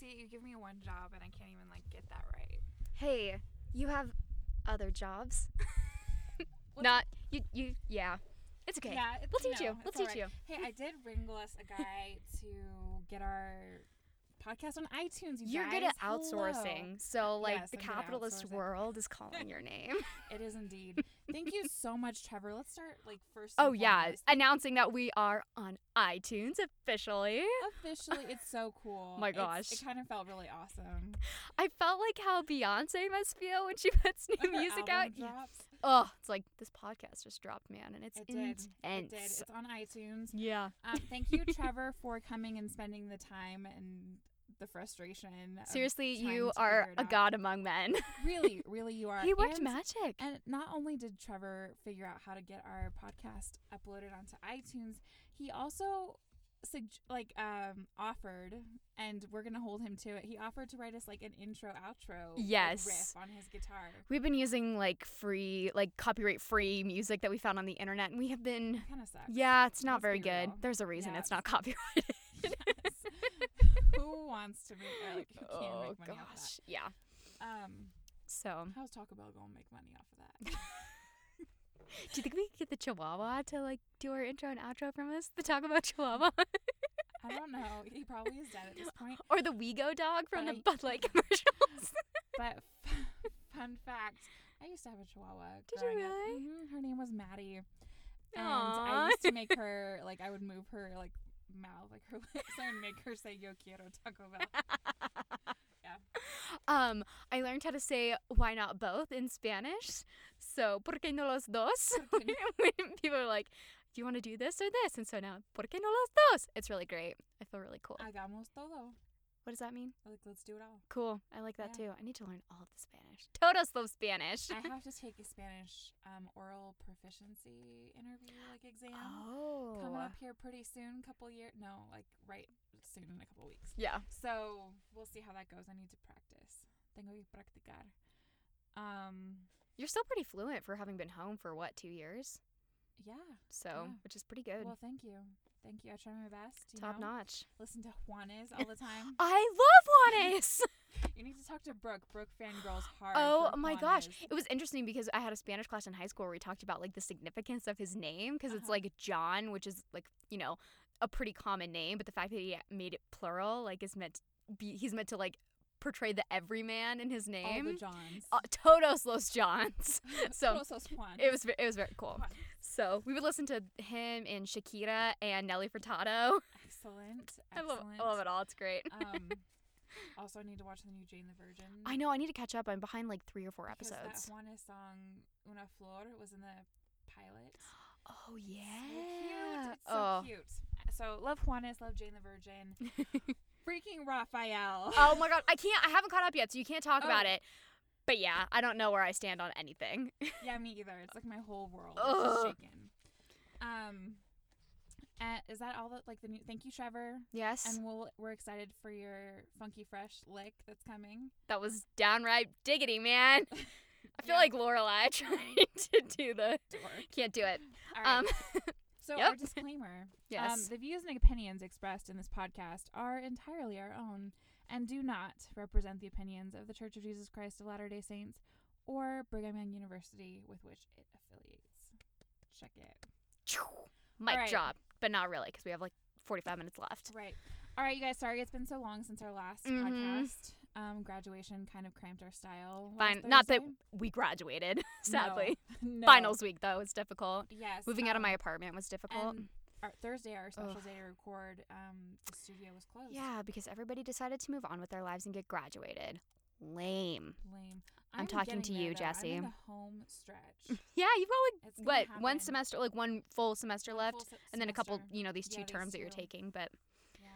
Literally, you give me one job and I can't even like get that right. Hey, you have other jobs. Well, Not you. You yeah. It's okay. Yeah, it's, We'll teach no, you. We'll it's teach alright. you. Hey, I did wrangle us a guy to get our podcast on iTunes. You You're good guys. at outsourcing, Hello. so like Yes, the I'm good at capitalist outsourcing. world is calling your name. It is indeed. Thank you so much, Trevor. Let's start like first. and oh yeah, foremost. announcing that we are on iTunes officially. Officially, it's so cool. My It's- gosh. it kind of felt really awesome. I felt like how Beyonce must feel when she puts new Her music out. album Yeah. drops. Oh, it's like this podcast just dropped, man, and it's It did. intense. It did. It's on iTunes. Yeah. Um, thank you, Trevor, for coming and spending the time and the frustration. of Seriously, trying you to are figure it a out. god among men. Really, really, you are. he worked And- magic. And not only did Trevor figure out how to get our podcast uploaded onto iTunes, he also sug- like um offered and we're gonna hold him to it he offered to write us like an intro outro like, Yes. riff on his guitar We've been using like free, like copyright free music that we found on the internet, and we have been. kind of sucks Yeah, it's not Let's very be good. real. There's a reason Yeah. it's not copyrighted. Yes. who wants to make or, like who can oh make money off gosh, yeah. that um So, how's Taco Bell gonna make money off of that do you think we could get the Chihuahua to like do our intro and outro from us? The Talk About Chihuahua, I don't know he probably is dead at this point or the WeGo dog from the But I- Bud Light commercials? But f- fun fact, I used to have a Chihuahua. Did you growing up. really? Mhm, Her name was Maddie, and Aw. I used to make her like I would move her like mouth, like her lips, and make her say "Yo quiero Taco Bell." um, I learned how to say "Why not both" in Spanish. So, ¿por qué no los dos? ¿Por qué when people are like, "Do you want to do this or this?" and so now, "Por qué no los dos?" It's really great. I feel really cool. Hagamos todo. What does that mean? Like let's do it all. Cool. I like that Yeah. too. I need to learn all of the Spanish. Todos love Spanish. I have to take a Spanish um, oral proficiency interview like exam Oh. coming up here pretty soon. Couple years? No, like right soon in a couple weeks. Yeah. So we'll see how that goes. I need to practice. Tengo que practicar. Um. You're still pretty fluent for having been home for what, two years? Yeah. So, Yeah. which is pretty good. Well, thank you. Thank you. I try my best. You Top know? notch. Listen to Juanes all the time. I love Juanes. You need to talk to Brooke. Brooke fangirls hard. oh for my gosh. Juanes. It was interesting because I had a Spanish class in high school where we talked about like the significance of his name because it's Uh-huh. like John, which is like, you know, a pretty common name, but the fact that he made it plural like is meant to be he's meant to like portray the everyman in his All the name. Johns. Uh, todos los Johns. so- Todos los Juan. It was ve- it was very cool. Juan. So we would listen to him and Shakira and Nelly Furtado. Excellent. I love, Excellent. I love it all. It's great. Um, also, I need to watch the new Jane the Virgin. I know. I need to catch up. I'm behind like three or four Um, because episodes. That Juanes song "Una Flor" was in the pilot. Oh yeah. Oh. So cute. It's so cute. So love Juanes. Love Jane the Virgin. Freaking Raphael. oh my god. I can't. I haven't caught up yet, so you can't talk Oh. about it. But yeah, I don't know where I stand on anything. Yeah, me either. It's like my whole world is just Ugh. shaken. Um, uh, is that all? The, like the new? Thank you, Trevor. Yes, And we'll we're excited for your funky fresh lick that's coming. that was downright diggity, man. I feel Yeah. like Lorelai trying to do the. Can't do it. All right. Um. so yep. our disclaimer. Yes. Um, the views and opinions expressed in this podcast are entirely our own and do not represent the opinions of the Church of Jesus Christ of Latter Day Saints or Brigham Young University with which it affiliates. Check it. Mic Alright. drop, but not really because we have like 45 minutes left. Right. All right, you guys. Sorry, it's been so long since our last Mhm. podcast. Um, graduation kind of cramped our style. last Fine. Not that Thursday. we graduated, sadly. No. Finals week though was difficult. Yes. Moving out of um, my apartment was difficult. and our, Thursday, our special Ugh. day to record. Um, the studio was closed. Yeah, because everybody decided to move on with their lives and get graduated. Lame. Lame. I'm talking getting to you, there, though. I'm Jesse. in the home stretch. Yeah, you probably It's gonna what one happen. semester, like one full semester left, Full se- and then a couple, semester. you know, these two Yeah, these terms that you're two. taking. But Yeah.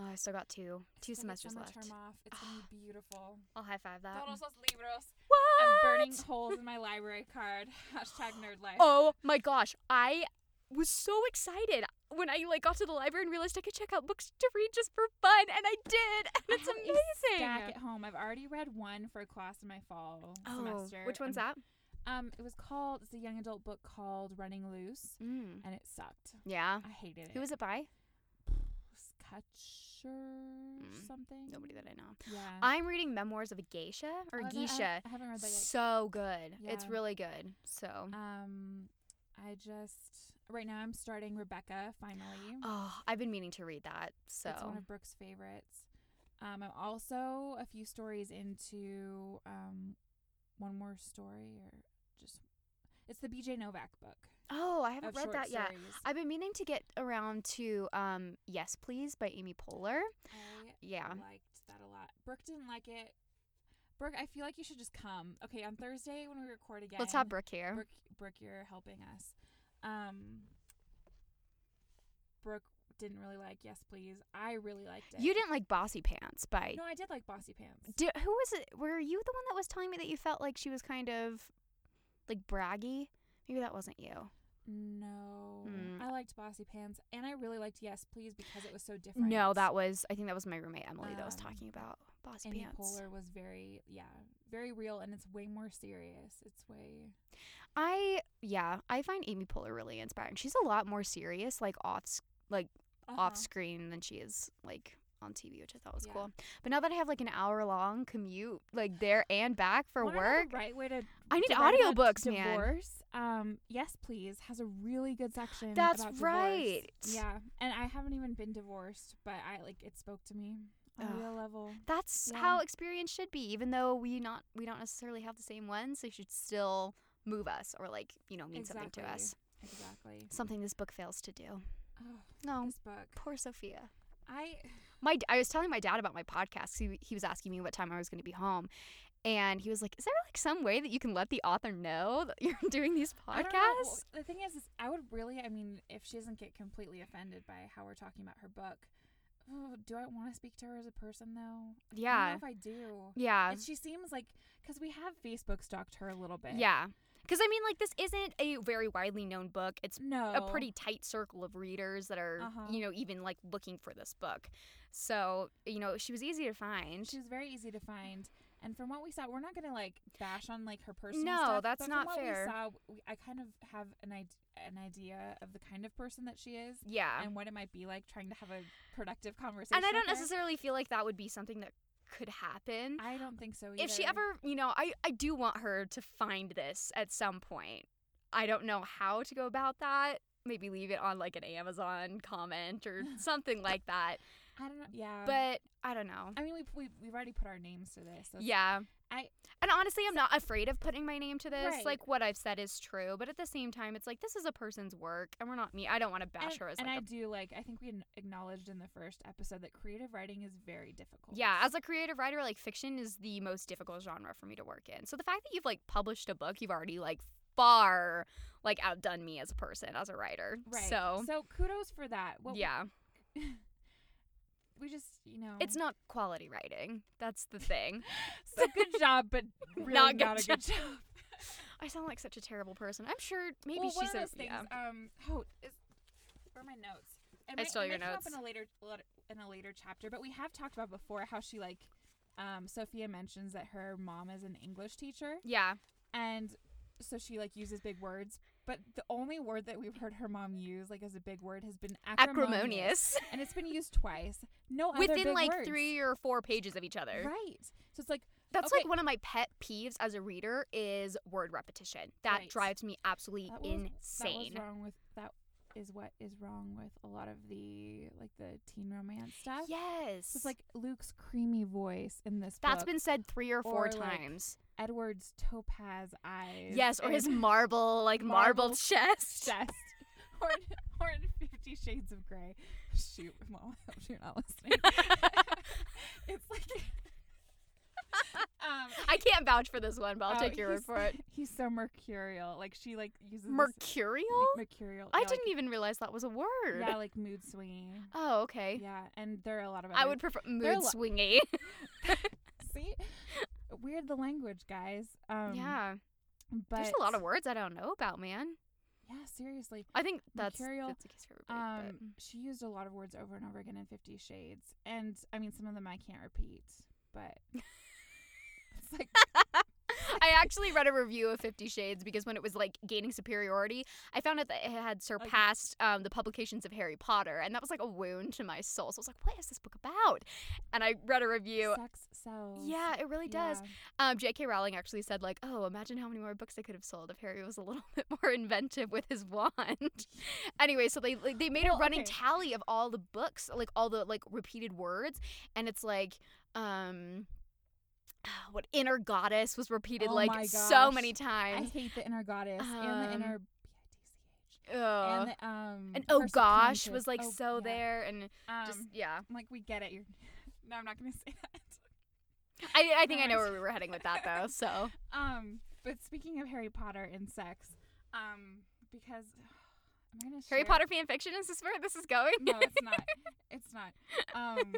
oh, I still got two, It's two gonna be semesters summer left. Term off. It's gonna be beautiful. I'll high five that. Todos los libros. What? I'm burning holes in my library card. Hashtag nerd life. Oh my gosh, I was so excited when I like got to the library and realized I could check out books to read just for fun, and I did, and I it's have a stack at amazing. home. I've already read one for a class in my fall Oh, semester. which one's I'm that? Um, it was called. It's a young adult book called Running Loose, Mm. and it sucked. Yeah. I hated it. Who was it by? It was Hatcher Mm, something. Nobody that I know. Yeah. I'm reading Memoirs of a Geisha or Oh, I don't- I Geisha. haven't- I haven't read that yet. So good. It's Yeah. really good. So. Um, I just right now I'm starting Rebecca finally. Oh, I've been meaning to read that. So. It's one of Brooke's favorites. Um, I'm also a few stories into um, one more story or just it's the B.J. Novak book. Oh, I haven't of read short that yet. stories. I've been meaning to get around to um, Yes Please by Amy Poehler. I Yeah. liked that a lot. Brooke didn't like it. Brooke, I feel like you should just come. Okay, on Thursday when we record again. Let's have Brooke here. Brooke, Brooke, you're helping us. Um, Brooke didn't really like Yes Please. I really liked it. You didn't like Bossy Pants by. No, I did like Bossy Pants. Di- who was it? Were you the one that was telling me that you felt like she was kind of like braggy? Maybe that wasn't you. no, Mm. I liked Bossy Pants, and I really liked Yes Please because it was so different. No, that was. I think that was my roommate Emily that was Um, talking about Bossy Amy Pants. Poehler was very, yeah, very real, and it's way more serious. It's way I yeah, I find Amy Poehler really inspiring. She's a lot more serious, like off sc- Uh-huh. off screen than she is like on TV, which I thought was Yeah. cool. But now that I have like an hour long commute, like there and back for Wanna know the work, right way to I need to write about audiobooks, man. divorce, Um, yes, please has a really good section. That's about divorce. right. Yeah, and I haven't even been divorced, but I like it spoke to me on Ugh. a real level. that's Yeah. how experience should be. Even though we not we don't necessarily have the same ones, they should still move us or like you know mean something to Exactly. us. Exactly. Something this book fails to do. Oh, No, this book. poor Sophia. I my d- I was telling my dad about my podcast. He, he was asking me what time I was going to be home, and he was like, "Is there like some way that you can let the author know that you're doing these I don't know. podcasts?" The thing is, is, I would really. I mean, if she doesn't get completely offended by how we're talking about her book, oh, do I want to speak to her as a person though? I Yeah, don't know if I do. yeah, And she seems like because we have Facebook stalked her a little bit. yeah. Because I mean, like, this isn't a very widely known book. It's No. a pretty tight circle of readers that are, Oh. Uh-huh. you know, even like looking for this book. So you know, she was easy to find. She was very easy to find. And from what we saw, we're not gonna like bash on like her personal. No, stuff, that's but not from what fair. We saw, we, I kind of have an id- an idea of the kind of person that she is yeah, and what it might be like trying to have a productive conversation. Um, and I don't with her. necessarily feel like that would be something that could happen. I don't think so. Either. if she ever you know I, I do want her to find this at some point i don't know how to go about that maybe leave it on like an amazon comment or something like that I don't know. Yeah, but i don't know I mean, we we we've already put our names to this. So it's- yeah I- and honestly i'm not afraid of putting my name to this Right. like what i've said is true but at the same time it's like this is a person's work and we're not me i don't want to bash And, her as and like I a do like I think we an- acknowledged in the first episode that creative writing is very difficult. yeah, as a creative writer, like fiction is the most difficult genre for me to work in. So the fact that you've like published a book, you've already like far like outdone me as a person, as a writer. right. So, so kudos for that. What we- yeah, we just you know it's not quality writing. That's the thing. So good job, but really Not not, good a good job. I sound like such a terrible person. I'm sure maybe well, one she's of a those things. yeah. Um, oh, is, where are my notes? It I might- stole it your might come up notes. in a later let- in a later chapter, but we have talked about before how she like. Um, Sophia mentions that her mom is an English teacher, yeah. and so she like uses big words. But the only word that we've heard her mom use like as a big word has been acrimonious, Acrimonious. and it's been used twice. No, other Within big like words. three or four pages of each other. Right. So it's like That's Okay. like one of my pet peeves as a reader is word repetition. That Right. drives me absolutely That was- insane. That was wrong with that is what is wrong with a lot of the like the teen romance stuff. yes. It's like Luke's creamy voice in this That's book. been said three or four Or, like, times. Edward's topaz eyes. yes, or his and marble, like marble, marble chest. chest. or, in, or in Fifty Shades of Grey. Shoot, mom, I hope you're not listening. it's like um, I can't vouch for this one, but I'll oh, take your word he's- for it. He's so mercurial. Like she like uses this Mercurial? mer- mercurial. I yeah, like- didn't even realize that was a word. Yeah, like mood swinging. Oh, okay. Yeah, and there are a lot of. Other I would prefer are mood lo- swingy. See, weird the language, guys. Um, yeah. but There's a lot of words I don't know about, man. Yeah, seriously. I think that's, Mercurial, that's the case for everybody. Um, she used a lot of words over and over again in Fifty Shades, and I mean, some of them I can't repeat, but it's like but. I actually read a review of Fifty Shades because when it was like gaining superiority, I found out that it had surpassed um, the publications of Harry Potter, and that was like a wound to my soul. So I was like, "What is this book about?" And I read a review. Sex sells. Yeah, it really does. Yeah. Um, J.K. Rowling actually said like, "Oh, imagine how many more books they could have sold if Harry was a little bit more inventive with his wand." anyway, so they like, they made Well, a running okay. tally of all the books, like all the like repeated words, and it's like, um, what inner goddess was repeated Oh like my so gosh. many I times. hate the inner goddess and the Um, inner and Ugh. the, um and oh Persepointed. gosh was like Oh, so yeah. there and Um, just yeah. I'm like we get it. You're no, I'm not gonna say that. I I think I know Memories. where we were heading with that though. So Um, but speaking of Harry Potter and sex, um, because am I gonna Harry share- Potter fan fiction is this where this is going? No, it's not. It's not. Um,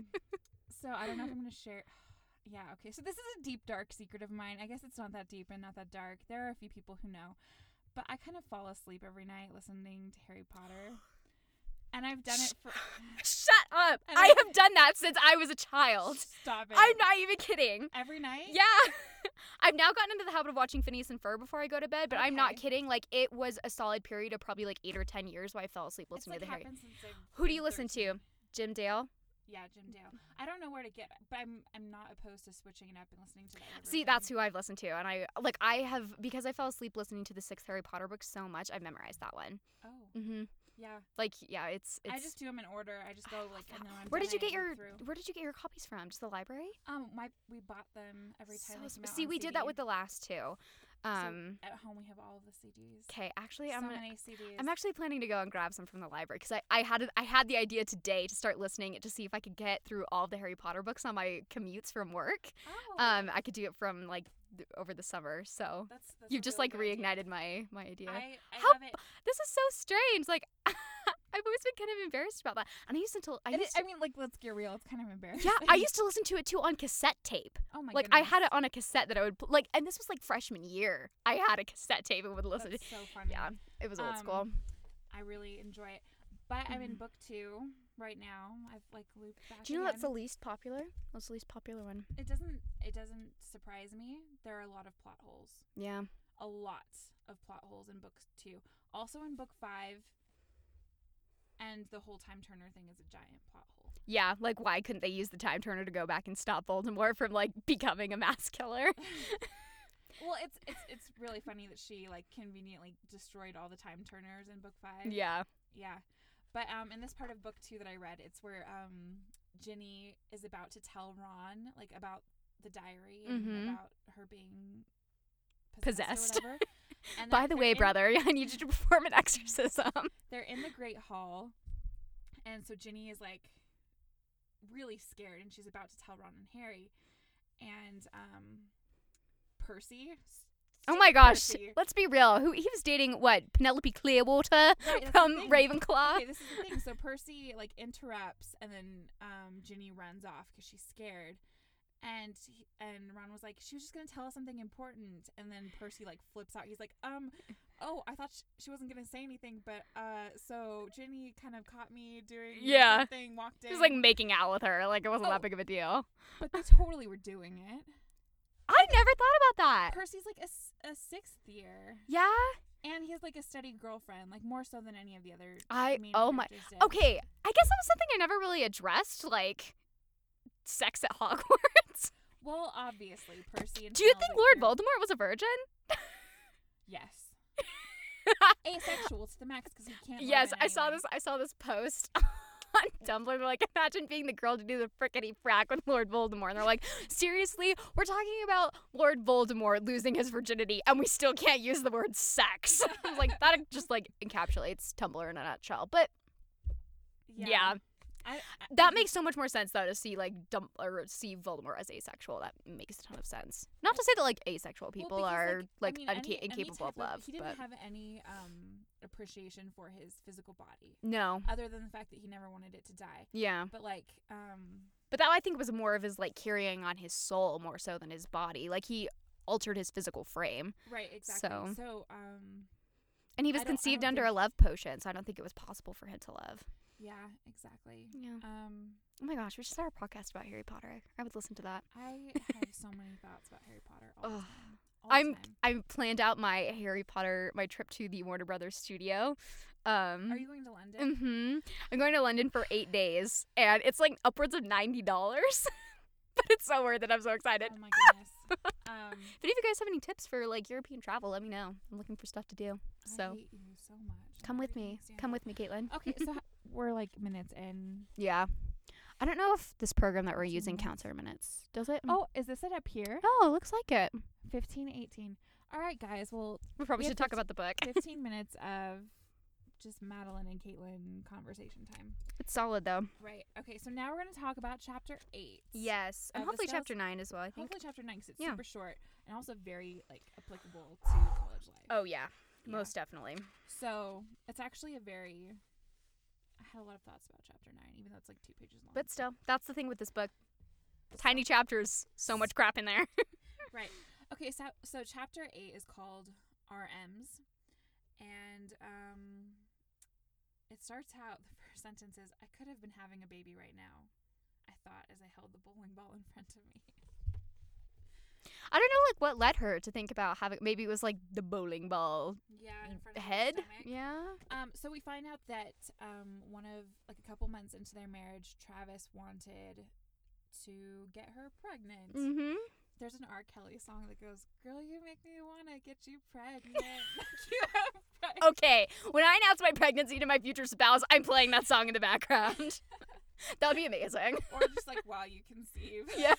so I don't know if I'm gonna share. Yeah, okay. So this is a deep, dark secret of mine. I guess it's not that deep and not that dark. There are a few people who know, but I kind of fall asleep every night listening to Harry Potter, and I've done it for. Shut up! And I Mm. I- have done that since I was a child. Stop it. I'm not even kidding. every night. Yeah. I've now gotten into the habit of watching Phineas and Ferb before I go to bed, but I'm not Okay. kidding. Like, it was a solid period of probably like eight or 10 years where I fell asleep It's listening like to the Harry. happened since I've Who do been you listen 13. to? Jim Dale? Yeah, Jim Dale. I don't know where to get, but I'm I'm not opposed to switching it up and listening to that. over See, again. that's who I've listened to. And I, like, I have, because I fell asleep listening to the sixth Harry Potter book so much, I've memorized that one. Oh, Mm hmm. yeah. Like, yeah, it's. it's I just do them in order. I just I go love like. that. And then I'm where done, did you I get look your Through. Where did you get your copies from? Just the library? Um, my we bought them every So time. they sp- came out see, on we did that CD. with the last two. Um, At home, we have all of the CDs. okay, actually, so I'm gonna, many CDs. I'm actually planning to go and grab some from the library because I, I had it- I had the idea today to start listening to see if I could get through all of the Harry Potter books on my commutes from work. Oh, Um, I could do it from like th- over the summer. So that's, that's you've a just really like good idea. reignited my my idea. I, I How love it. this is so strange. Like I've always been kind of embarrassed about that, and I used to I And it- used I to, mean, like, let's get real. It's kind of embarrassing. yeah I used to listen to it too on cassette tape. oh my like goodness. I had it on a cassette that I would pl- like, and this was like freshman year. I had a cassette tape and would listen. That's to so funny. Yeah, it was old Um, school. I really enjoy it. But I'm in Mhm. book two right now. I've like looped back. Do you know that's the again. least popular? That's the least popular one. It doesn't. It doesn't surprise me. There are a lot of plot holes. Yeah. A lot of plot holes in book two. Also in book five. And the whole time Turner thing is a giant plot hole. Yeah, like why couldn't they use the time turner to go back and stop Voldemort from like becoming a mass killer? Well, it's it's it's really funny that she like conveniently destroyed all the time turners in book five. yeah. Yeah. But um, in this part of book two that I read, it's where um, Ginny is about to tell Ron like about the diary and Mhm. about her being Mm-hmm. possessed. Possessed. Or whatever. And By they're- the they're way, in- brother, I need you to perform an exorcism. they're in the Great Hall, and so Ginny is like really scared, and she's about to tell Ron and Harry, and um, Percy. s- Oh stupid my gosh. Percy. Let's be real. Who he was dating what? Penelope Clearwater Right, that's the from thing. Ravenclaw? okay, this is the thing. So Percy like interrupts, and then um, Ginny runs off because she's scared. And he, and Ron was like, she was just gonna tell us something important. And then Percy like flips out. He's like, um, oh, I thought she, she wasn't gonna say anything, but uh, so Ginny kind of caught me doing Yeah. something, walked in. He was like "Ah." making out with her. Like it wasn't Oh. that big of a deal. but they totally were doing it. I never thought about that. Percy's like a, s- a sixth year, Yeah. and he has like a steady girlfriend, like more so than any of the other. I- main oh my- characters did. Okay. I guess that was something I never really addressed, like sex at Hogwarts. Well, obviously Percy. And Do you Penelope think Lord Cruz- Voldemort was a virgin? Yes. Asexual to the max because he can't. love Yes, in I any saw way. this. I saw this post on Tumblr. They're like, imagine being the girl to do the frickety frack with Lord Voldemort. And they're like, seriously, we're talking about Lord Voldemort losing his virginity, and we still can't use the word sex. I was like, that just like encapsulates Tumblr in a nutshell. But yeah. I, I- that makes so much more sense though to see like dump or see Voldemort as asexual. That makes a ton of sense. Not to say that like asexual well, people because, are like, I mean, unca- any- any incapable of type love, He didn't but have any um, appreciation for his physical body, no, other than the fact that he never wanted it to die. yeah. But like, um, But that I think was more of his like carrying on his soul more so than his body. Like he altered his physical frame, right, exactly. So- So, um, and he was I don't- I conceived don't under think- a love potion, so I don't think it was possible for him to love. yeah, exactly. Yeah. Um, Oh my gosh, we should start a podcast about Harry Potter. I would listen to that. I have so many thoughts about Harry Potter all the Ugh. time. all the I'm time. I planned out my Harry Potter my trip to the Warner Brothers studio. Um Are you going to London? hmm I'm going to London for eight days and it's like upwards of ninety dollars. but it's so worth it. I'm so excited. Oh my goodness. Um, But if you guys have any tips for like European travel, let me know. I'm looking for stuff to do. I So hate you so much. come I with freaking me. stand Come it. with me, Caitlin. Okay, so h- we're like minutes in. Yeah. I don't know if this program that we're using minutes. counts our minutes. Does it? Oh, is this it up here? oh, looks like it. Fifteen, eighteen. All right, guys. Well, We probably Yeah, should talk 15 about the book. 15 minutes of just Madeline and Caitlin conversation time. It's solid though. Right. Okay, so now we're going to talk about chapter 8. Yes, Oh, and hopefully chapter nine as well. I Hopefully chapter 9 'cause it's Yeah. super short and also very like applicable to college life. Oh yeah, Yeah. most definitely. So, it's actually a very I had a lot of thoughts about chapter 9 even though it's like 2 pages long. But still, that's the thing with this book. Tiny chapters, so much crap in there. Right. Okay, so so chapter 8 is called RMs and um it starts out the first sentence is I could have been having a baby right now. I thought as I held the bowling ball in front of me. I don't know like what led her to think about having maybe it was like the bowling ball Yeah, in front of her head. stomach. Yeah. Um so we find out that um one of like a couple months into their marriage, Travis wanted to get her pregnant. Mhm. There's an R. Kelly song that goes, "Girl, you make me wanna get you pregnant, make you have pregnant." Okay. When I announce my pregnancy to my future spouse, I'm playing that song in the background. that would be amazing. or just like while you conceive. Yeah.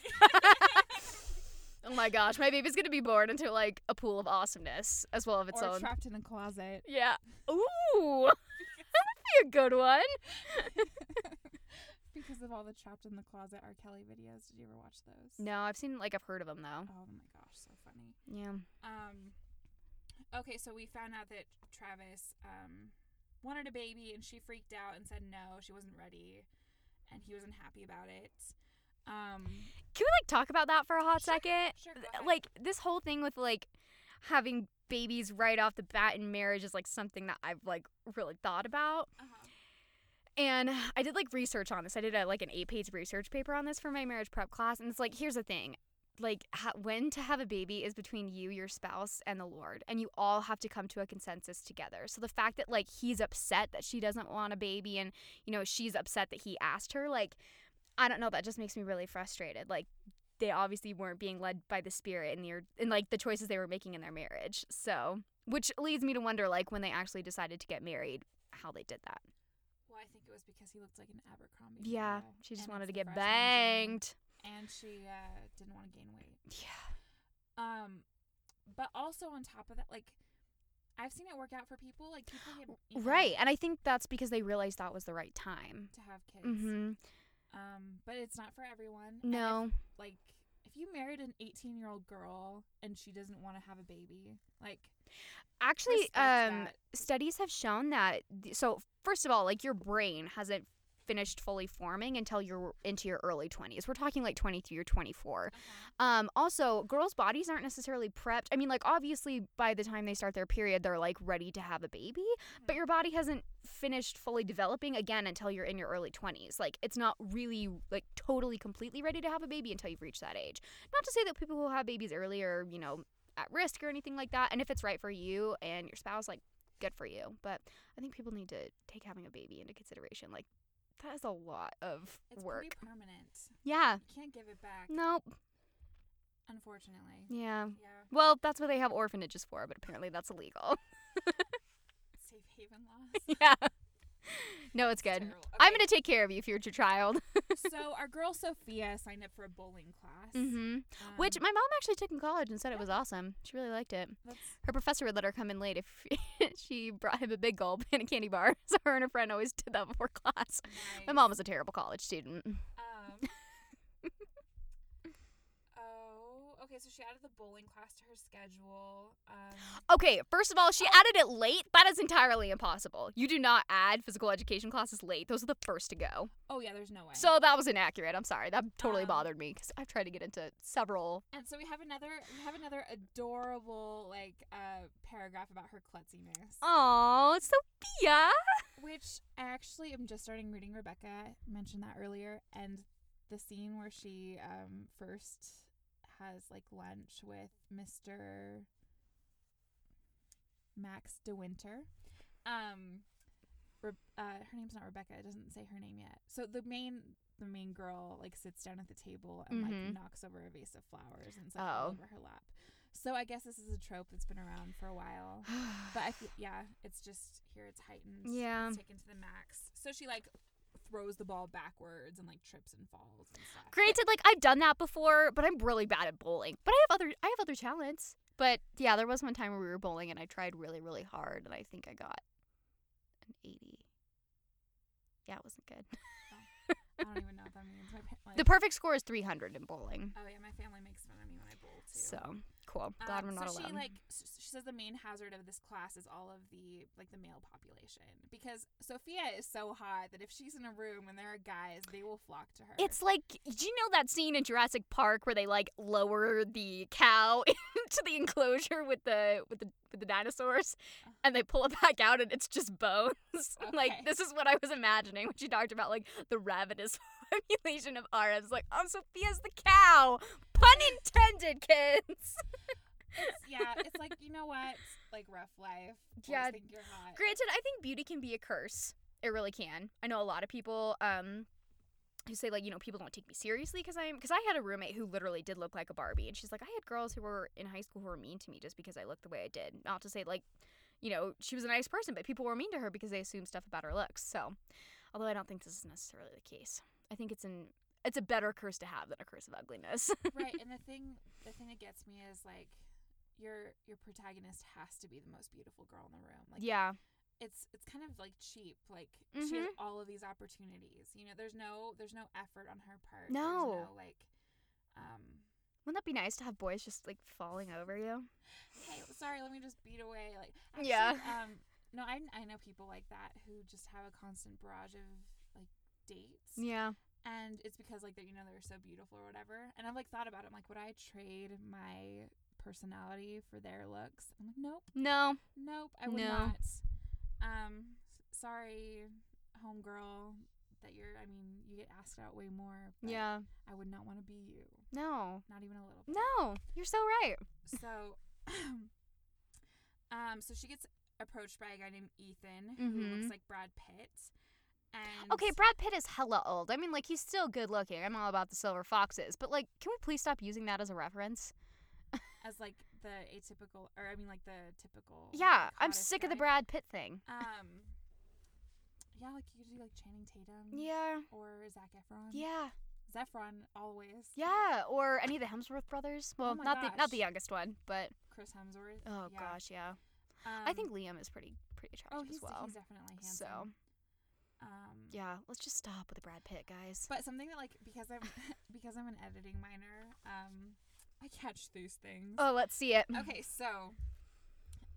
oh my gosh, my baby's gonna be born into like a pool of awesomeness as well of its or own. trapped in a closet. yeah. Ooh, that would be a good one. because of all the trapped in the closet R. Kelly videos. Did you ever watch those? No, I've seen like I've heard of them though. Oh my gosh, so funny. Yeah. Um, okay, so we found out that Travis um, wanted a baby, and she freaked out and said no, she wasn't ready, and he wasn't happy about it. Um, Can we like talk about that for a hot Sure, second? sure, go Th- ahead. Like this whole thing with like having babies right off the bat in marriage is like something that I've like really thought about. uh-huh. And I did like research on this. I did a, like an eight-page research paper on this for my marriage prep class and it's like here's the thing. Like ha- when to have a baby is between you, your spouse, and the Lord, and you all have to come to a consensus together. So the fact that like he's upset that she doesn't want a baby and you know she's upset that he asked her like I don't know. That just makes me really frustrated. Like they obviously weren't being led by the spirit in their in like the choices they were making in their marriage. So, which leads me to wonder, like when they actually decided to get married, how they did that. Well, I think it was because he looked like an Abercrombie. Yeah, model, she just and wanted to it's the get freshman gene, banged. and she uh, didn't want to gain weight. Yeah. Um, but also on top of that, like I've seen it work out for people. Like people get you know, Right, and I think that's because they realized that was the right time. to have kids. Mm-hmm. Um, but it's not for everyone. And if, No, like if you married an 18 year old girl and she doesn't want to have a baby, like actually, respect um, that. studies have shown that. th- So first of all, like your brain hasn't finished fully forming until you're into your early 20s. We're talking like 23 or 24. Um, also, girls' bodies aren't necessarily prepped. I mean, like, obviously, by the time they start their period, they're like ready to have a baby, but Mm-hmm. your body hasn't finished fully developing again until you're in your early 20s. Like, it's not really, like, totally completely ready to have a baby until you've reached that age. Not to say that people who have babies earlier, you know, at risk or anything like that. And if it's right for you and your spouse, like, good for you. But I think people need to take having a baby into consideration. Like, that is a lot of it's work. pretty permanent. yeah. You can't give it back, Nope. unfortunately. Yeah. Yeah, Well, that's what they have orphanages for, but apparently that's illegal. safe haven laws. yeah. No, it's good. Terrible. I'm Okay, going to take care of you, future child. so our girl Sophia signed up for a bowling class, hmm um, Which my mom actually took in college and said it was awesome. She really liked it. that's Her professor would let her come in late if she brought him a big gulp and a candy bar. So her and her friend always did that before class. My nice. mom was a terrible college student. Um, oh, okay. So she added the bowling class to her schedule. Um, Okay, first of all, she added it late. That is entirely impossible. You do not add physical education classes late. Those are the first to go. oh yeah, there's no way. So that was inaccurate. I'm sorry. That totally Um, bothered me because I've tried to get into several and so we have another we have another adorable like uh paragraph about her klutziness, Oh, Sophia. which I actually am just starting reading. Rebecca mentioned that earlier, and the scene where she um first has like lunch with Mr. Max DeWinter. Um, Re- uh, her name's not Rebecca. It doesn't say her name yet. So the main the main girl like sits down at the table and Mhm. like knocks over a vase of flowers and it's like all Oh. over her lap. So I guess this is a trope that's been around for a while. But I feel, yeah, it's just here it's heightened. Yeah. It's taken to the max. So she like throws the ball backwards and like trips and falls and stuff. Granted, like I've done that before, but I'm really bad at bowling. But I have other I have other talents. But yeah, there was one time where we were bowling and I tried really, really hard and I think I got an eighty. Yeah, it wasn't good. I don't even know what that means. My pa- like, The perfect score is three hundred in bowling. oh yeah, my family makes fun of me when I bowl too. So cool. Glad Um, we're not so alone. She like s- she says the main hazard of this class is all of the like the male population because Sophia is so hot that if she's in a room and there are guys, they will flock to her. It's like, do you know that scene in Jurassic Park where they like lower the cow into the enclosure with the with the with the dinosaurs, and they pull it back out and it's just bones? Uh-huh. Okay. like this is what I was imagining when she talked about like the ravenous population of Arabs. Like, oh, Sophia's the cow. Pun intended, kids. It's- yeah, it's like you know what, like rough life. Boys Yeah. think you're hot. Granted, I think beauty can be a curse. It really can. I know a lot of people um who say like, you know, people don't take me seriously because I'm because I had a roommate who literally did look like a Barbie and she's like, I had girls who were in high school who were mean to me just because I looked the way I did. Not to say like, you know, she was a nice person, but people were mean to her because they assumed stuff about her looks. So, although I don't think this is necessarily the case. I think it's an it's a better curse to have than a curse of ugliness. right, and the thing the thing that gets me is like your your protagonist has to be the most beautiful girl in the room. Like yeah. it's it's kind of like cheap. Like she has Mm-hmm. all of these opportunities. You know, there's no there's no effort on her part. There's No. no like um Wouldn't that be nice to have boys just like falling over you? hey, sorry, let me just beat away. Like, actually, Yeah. Um, no, I, I know people like that who just have a constant barrage of like dates, Yeah. and it's because like that you know they're so beautiful or whatever. And I've like thought about it. I'm like, would I trade my personality for their looks? I'm like, nope, No. nope, I would No. not. Um, s- sorry, homegirl, that you're. I mean, you get asked out way more. but Yeah. I would not want to be you, No. not even a little. bit. No, you're so right. So, um, so she gets approached by a guy named Ethan who Mhm. looks like Brad Pitt. And Okay, Brad Pitt is hella old. I mean, like, he's still good looking. I'm all about the silver foxes, but, like, can we please stop using that as a reference? as like the atypical, or I mean, like the typical. Yeah, like, I'm hottest sick of the guy. Brad Pitt thing. Um, yeah, like you could do like Channing Tatum. Yeah, Or Zac Efron. yeah, Zephron always. yeah. Or any of the Hemsworth brothers. Well, Oh my not the not the gosh. youngest one, but Chris Hemsworth. oh yeah. gosh, yeah. Um, I think Liam is pretty pretty attractive Oh, he's, as well. he's definitely handsome. so Um, yeah, let's just stop with the Brad Pitt guys. But something that like because I'm because I'm an editing minor, um, I catch these things. Oh, let's see it Okay, so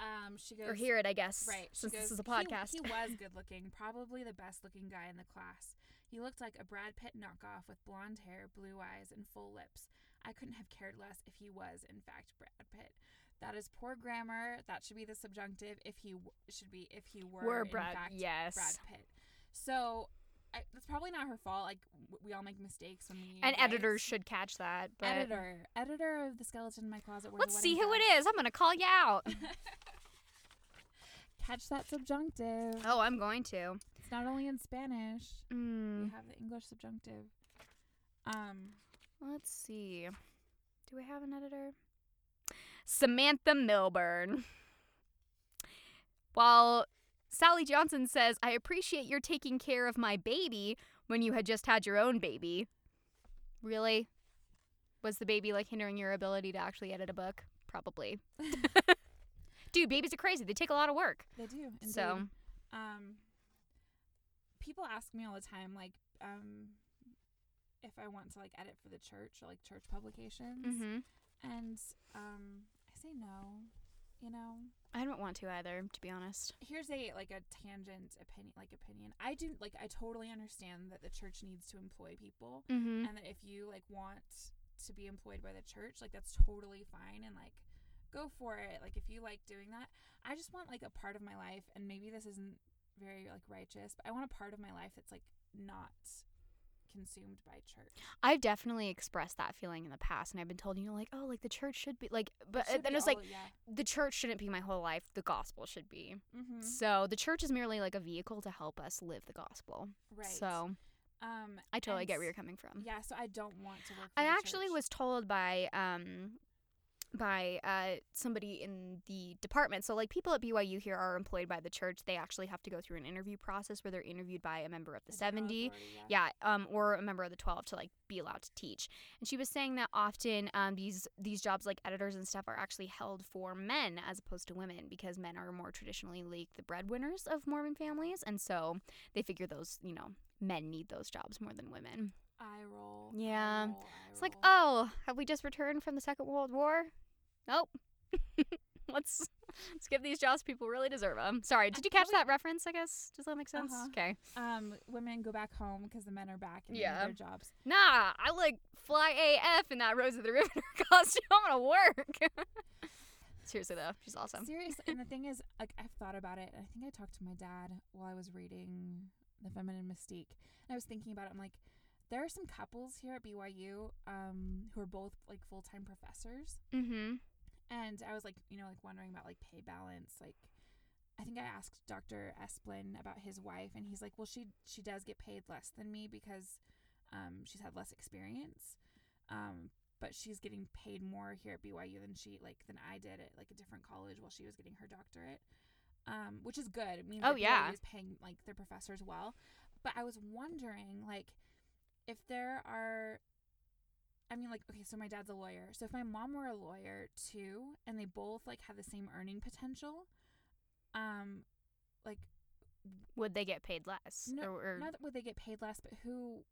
um she goes or hear it, I guess. right. She Since goes, this is a "He- podcast. He, was good looking, probably the best looking guy in the class. He looked like a Brad Pitt knockoff with blonde hair, blue eyes, and full lips. I couldn't have cared less if he was, in fact, Brad Pitt. That is poor grammar. That should be the subjunctive. If he w- it should be if he were, We're in Brad. fact, yes. Brad Pitt. So I, that's probably not her fault. Like w- we all make mistakes when we and write. editors should catch that. But editor, editor of the skeleton in my closet. Where the Let's see Wedding who it Dress. is. I'm gonna call you out. Catch that subjunctive. oh, I'm going to. It's not only in Spanish. We Mm, have the English subjunctive. Um, let's see. Do we have an editor? Samantha Milburn. While Sally Johnson says, "I appreciate your taking care of my baby when you had just had your own baby." Really? Was the baby like hindering your ability to actually edit a book? Probably. Dude, babies are crazy. They take a lot of work. they do. Indeed. So, um, people ask me all the time, like, um, if I want to like edit for the church or like church publications, hmm and um, I say no. You know, I don't want to either, to be honest. here's a like a tangent opinion, like opinion. I do like I totally understand that the church needs to employ people, Mm-hmm. and that if you like want to be employed by the church like that's totally fine and like go for it like if you like doing that i just want like a part of my life and maybe this isn't very like righteous but i want a part of my life that's like not consumed by church. I've definitely expressed that feeling in the past, and I've been told, you know, like, oh, like the church should be like, but uh, Should then be it's like all- yeah. the church shouldn't be my whole life. The gospel should be. hmm So the church is merely like a vehicle to help us live the gospel. Right. So um, I totally and get where s- you're coming from. Yeah, so I don't want to work. For I the actually church. was told by um by uh somebody in the department. So like people at BYU here are employed by the church. They actually have to go through an interview process where they're interviewed by a member of the I don't know 70 authority, yeah. yeah um or a member of the 12 to like be allowed to teach and she was saying that often um these these jobs like editors and stuff are actually held for men as opposed to women because men are more traditionally like the breadwinners of mormon families and so they figure those you know men need those jobs more than women Eye roll. Yeah. Eye roll, eye it's like roll. oh have we just returned from the second world war nope let's let's give these jobs people really deserve them sorry did you catch that reference i guess does that make sense Uh-huh. okay Um, women go back home because the men are back and Yeah. yeah. their jobs. Nah, I like fly AF in that Rose of the River costume. I want to work. Seriously though, she's awesome. Seriously, and the thing is, like I've thought about it. and I think I talked to my dad while I was reading The Feminine Mystique, and I was thinking about it. I'm like, there are some couples here at BYU um, who are both like full time professors, Mm-hmm. and I was like, you know, like wondering about like pay balance. Like, I think I asked Dr. Esplin about his wife, and he's like, well, she she does get paid less than me because um, she's had less experience, um, but she's getting paid more here at BYU than she like than I did at like a different college while she was getting her doctorate, um, which is good. It means Oh, that BYU yeah. is paying like their professors well. But I was wondering like if there are I mean, like, okay, so my dad's a lawyer. So if my mom were a lawyer too, and they both like had the same earning potential, um, like, Would they get paid less? No, or, or- not that would they get paid less, but who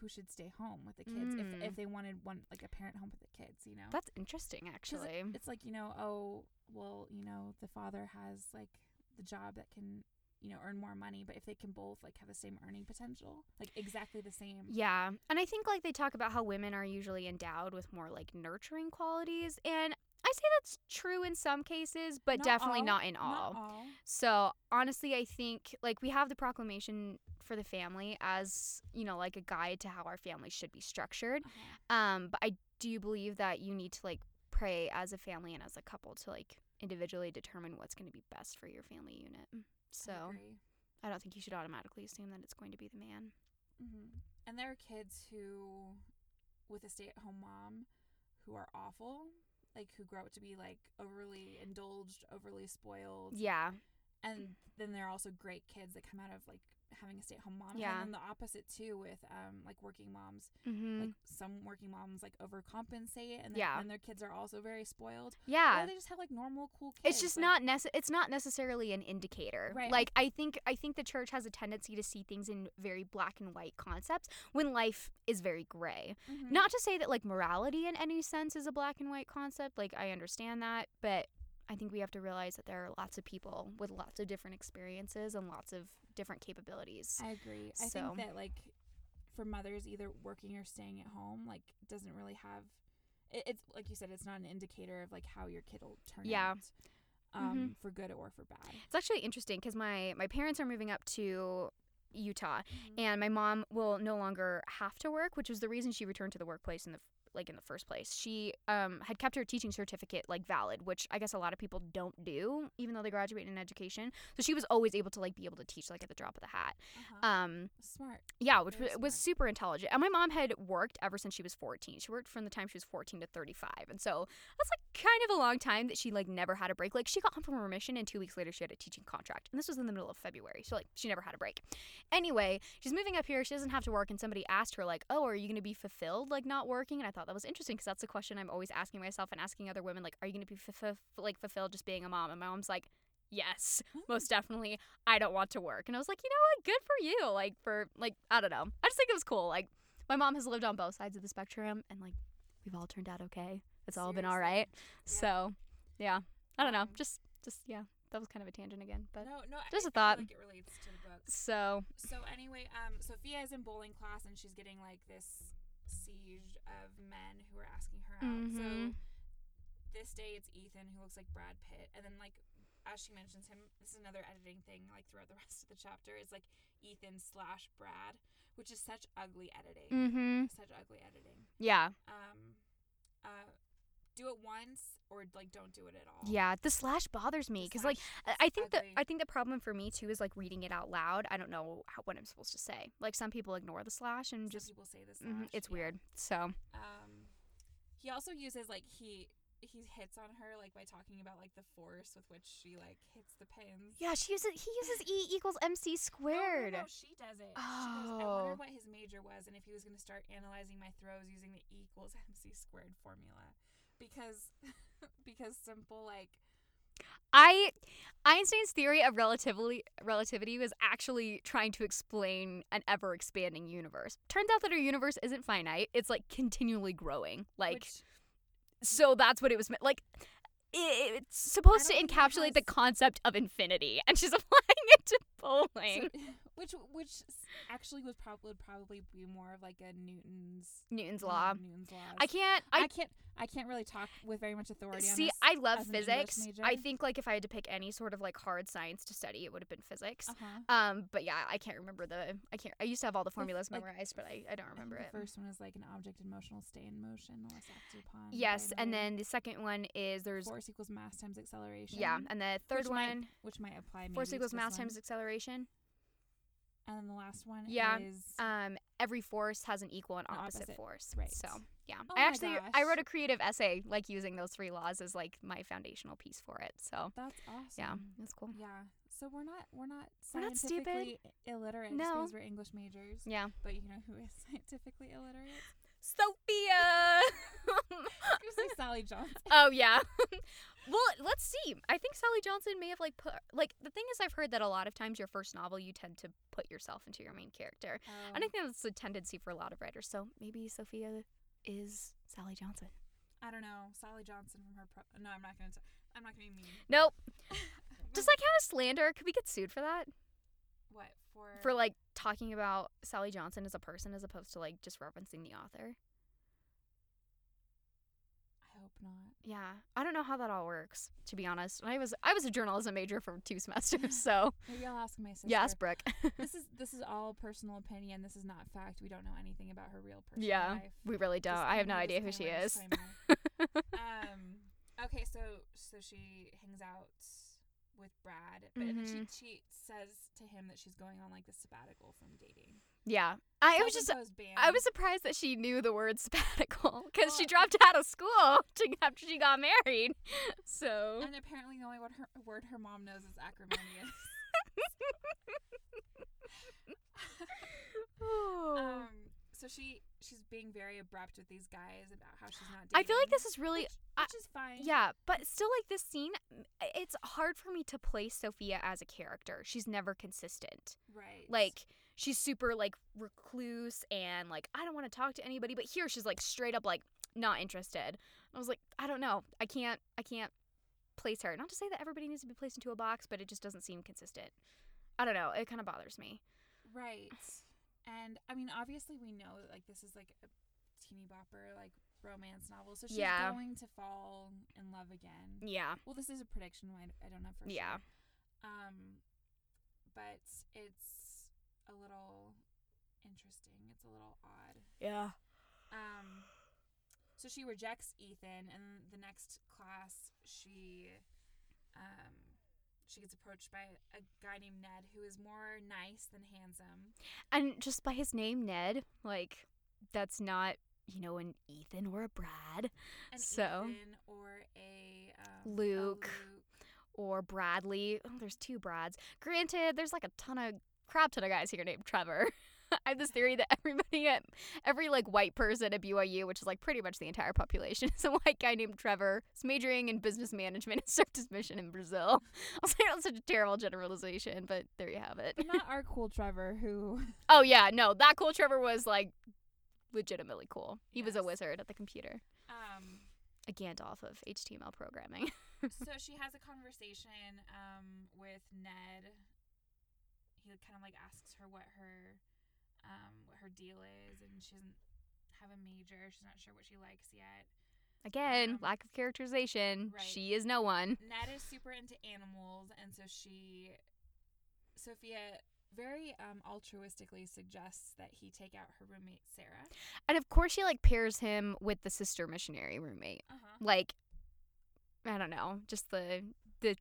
who should stay home with the kids Mm. if, if they wanted one like a parent home with the kids, you know? that's interesting, actually. it's like you know, oh well, you know, the father has like the job that can you know earn more money, but if they can both like have the same earning potential, like exactly the same, Yeah. And I think like they talk about how women are usually endowed with more like nurturing qualities, and I say that's true in some cases, but Not definitely all, not in all. not all. So honestly, I think like we have the proclamation for the family as you know like a guide to how our family should be structured. Uh-huh. Um, but I do believe that you need to like pray as a family and as a couple to like individually determine what's going to be best for your family unit. So I agree. I don't think you should automatically assume that it's going to be the man. hmm And there are kids who, with a stay at home mom, who are awful, like who grow up to be like overly indulged, overly spoiled. Yeah, And then there are also great kids that come out of like having a stay at home mom. Yeah. And then the opposite too with um like working moms. hmm Like some working moms like overcompensate and then, Yeah. and their kids are also very spoiled. yeah. Or they just have like normal cool kids. It's just like- not nece- It's not necessarily an indicator. Right. Like I think I think the church has a tendency to see things in very black and white concepts when life is very gray. Mhm. Not to say that like morality in any sense is a black and white concept. Like I understand that, but I think we have to realize that there are lots of people with lots of different experiences and lots of different capabilities. I agree. I So- think that like for mothers either working or staying at home like doesn't really have it, it's like you said it's not an indicator of like how your kid will turn Yeah. Mm-hmm. out um for good or for bad. It's actually interesting because my my parents are moving up to Utah, Mhm. and my mom will no longer have to work, which was the reason she returned to the workplace in the f- like in the first place. She um, had kept her teaching certificate like valid, which I guess a lot of people don't do, even though they graduate in education. So she was always able to like be able to teach like at the drop of the hat. Uh-huh. Um, Smart. Yeah, which Very was, was smart. super intelligent. And my mom had worked ever since she was 14. She worked from the time she was 14 to 35. And so that's like kind of a long time that she like never had a break. Like she got home from her mission and 2 weeks later she had a teaching contract. And this was in the middle of February. So like she never had a break. Anyway, she's moving up here. She doesn't have to work and somebody asked her like, "Oh, are you going to be fulfilled like not working?" And I thought that was interesting because that's the question I'm always asking myself and asking other women like, "Are you going to be f- f- like fulfilled just being a mom?" And my mom's like, "Yes." most definitely I don't want to work. And I was like, you know what? Good for you. Like for like I don't know. I just think it was cool. Like my mom has lived on both sides of the spectrum and like we've all turned out okay. It's all been all Seriously. right. Yeah. So, yeah. I don't know. Um, Just just yeah. That was kind of a tangent again, but no, no, I- I feel just a thought. like it relates to the book. so So anyway, um Sophia is in bowling class and she's getting like this siege of men who are asking her out. So Mhm. this day it's Ethan who looks like Brad Pitt and then like as she mentions him, this is another editing thing. Like throughout the rest of the chapter, is like Ethan slash Brad, which is such ugly editing. Mm-hmm. Such ugly editing. Yeah. Um, uh, do it once or like don't do it at all. Yeah. The slash bothers me because like I- Slash I is think the ugly. I think the problem for me too is like reading it out loud. I don't know how, what I'm supposed to say. Like some people ignore the slash and Some just people say this. mhm, it's weird. So Um, he also uses like he he hits on her like by talking about like the force with which she like hits the pins. yeah, she uses he uses E equals MC Oh, No, no, squared. No, she does it. She goes, I Oh. wondered what his major was and if he was going to start analyzing my throws using the E equals MC squared formula, because because simple like I Einstein's theory of relativity relativity was actually trying to explain an ever expanding universe. Turns out that our universe isn't finite. It's like continually growing. Like which so that's what it was meant. Like i it's supposed to don't think it encapsulate the has- concept of infinity and she's applying it to bowling. so- which which s- actually would probably would probably be more of like a Newton's Newton's one law. of Newton's laws. Mm. I can't I, I can't I can't really talk with very much authority on see this. I love as an English physics. I major. think like if I had to pick any sort of like hard science to study it would have been physics. uh-huh. Um, but yeah, I can't remember the. I can't. I used to have all the formulas like, memorized, but I, I don't I think remember it. The first one is like an object in motion will stay in motion unless acted upon. by Yes, and another. then the second one is there's force equals mass times acceleration. yeah, and the third Which might- one which might apply. Maybe force to equals this mass one. times acceleration. And then the last one Yeah, is Um, every force has an equal and An opposite, opposite, force. right. So yeah, Oh I my actually I gosh. wrote a creative essay like using those three laws as like my foundational piece for it. So that's awesome. yeah, that's cool. Yeah. So we're not we're not We're not stupid. scientifically illiterate No. just because we're English majors. Yeah, But you know who is scientifically illiterate? Sophia. Usually Sally Johnson. Oh yeah. well, let's see. I think Sally Johnson may have like put like the thing is I've heard that a lot of times your first novel you tend to put yourself into your main character. And I Um, think that's a tendency for a lot of writers. So maybe Sophia is Sally Johnson. Oh, I don't know Sally Johnson from her. Pro- no, I'm not gonna. T- I'm not gonna be mean. Nope. I'm Just gonna- like kind of slander. Could we get sued for that? what for? For like talking about Sally Johnson as a person as opposed to like just referencing the author. I hope not. Yeah. I don't know how that all works, to be honest. I was I was a journalism major for two semesters, so Maybe I'll ask my sister. yes, Brooke. this is this is all personal opinion. This is not fact. We don't know anything about her real personal Yeah. life. we really don't. I have no Disclaimer, idea who she disclaimer, is. disclaimer. um. Okay, so so she hangs out with Brad, but and Mm-hmm. then she she says to him that she's going on like the sabbatical from dating. Yeah. I So was just suppose Bam- I was surprised that she knew the word sabbatical because she Well- dropped out of school to- after she got married. So And apparently, the only word her, word her mom knows is acrimonious. Oh. um. So she she's being very abrupt with these guys about how she's not. dating. I feel like this is really which, I- which is fine. yeah, but still like this scene, i- it's hard for me to place Sophia as a character. She's never consistent. Right. Like she's super like recluse and like I don't want to talk to anybody. But here she's like straight up like not interested. I was like I don't know. I can't I can't place her. Not to say that everybody needs to be placed into a box, but it just doesn't seem consistent. I don't know. It kind of bothers me. Right. And I mean, obviously, we know that like this is like a teeny bopper like romance novel, so she's Yeah. going to fall in love again. Yeah. Well, this is a prediction. I, I don't know for Yeah. sure. Um, but it's a little interesting. It's a little odd. Yeah. Um, so she rejects Ethan, and the next class, she, um, she gets approached by a guy named Ned, who is more nice than handsome. And just by his name, Ned, like that's not, you know, an Ethan or a Brad an So- Ethan or a um, a Luke. or Bradley. Oh, there's two Brads. Granted, there's like a ton of crap ton of guys here named Trevor. I have this theory that everybody at every like white person at BYU, which is like pretty much the entire population, is a white guy named Trevor. He's majoring in business management and served his mission in Brazil. I'll say that's such a terrible generalization, but there you have it. But not our cool Trevor, who Oh yeah, no, that cool Trevor was like legitimately cool. He was a Yes. wizard at the computer, um, a Gandalf of HTML programming. so she has a conversation um, with Ned. He kind of like asks her what her um, what her deal is, and she doesn't have a major. She's not sure what she likes yet. Um, Again, lack of characterization. right. She is no one. Ned is super into animals, and so she, Sophia, very um, altruistically suggests that he take out her roommate Sarah. And of course, she like pairs him with the sister missionary roommate. Uh huh. Like, I don't know, just the the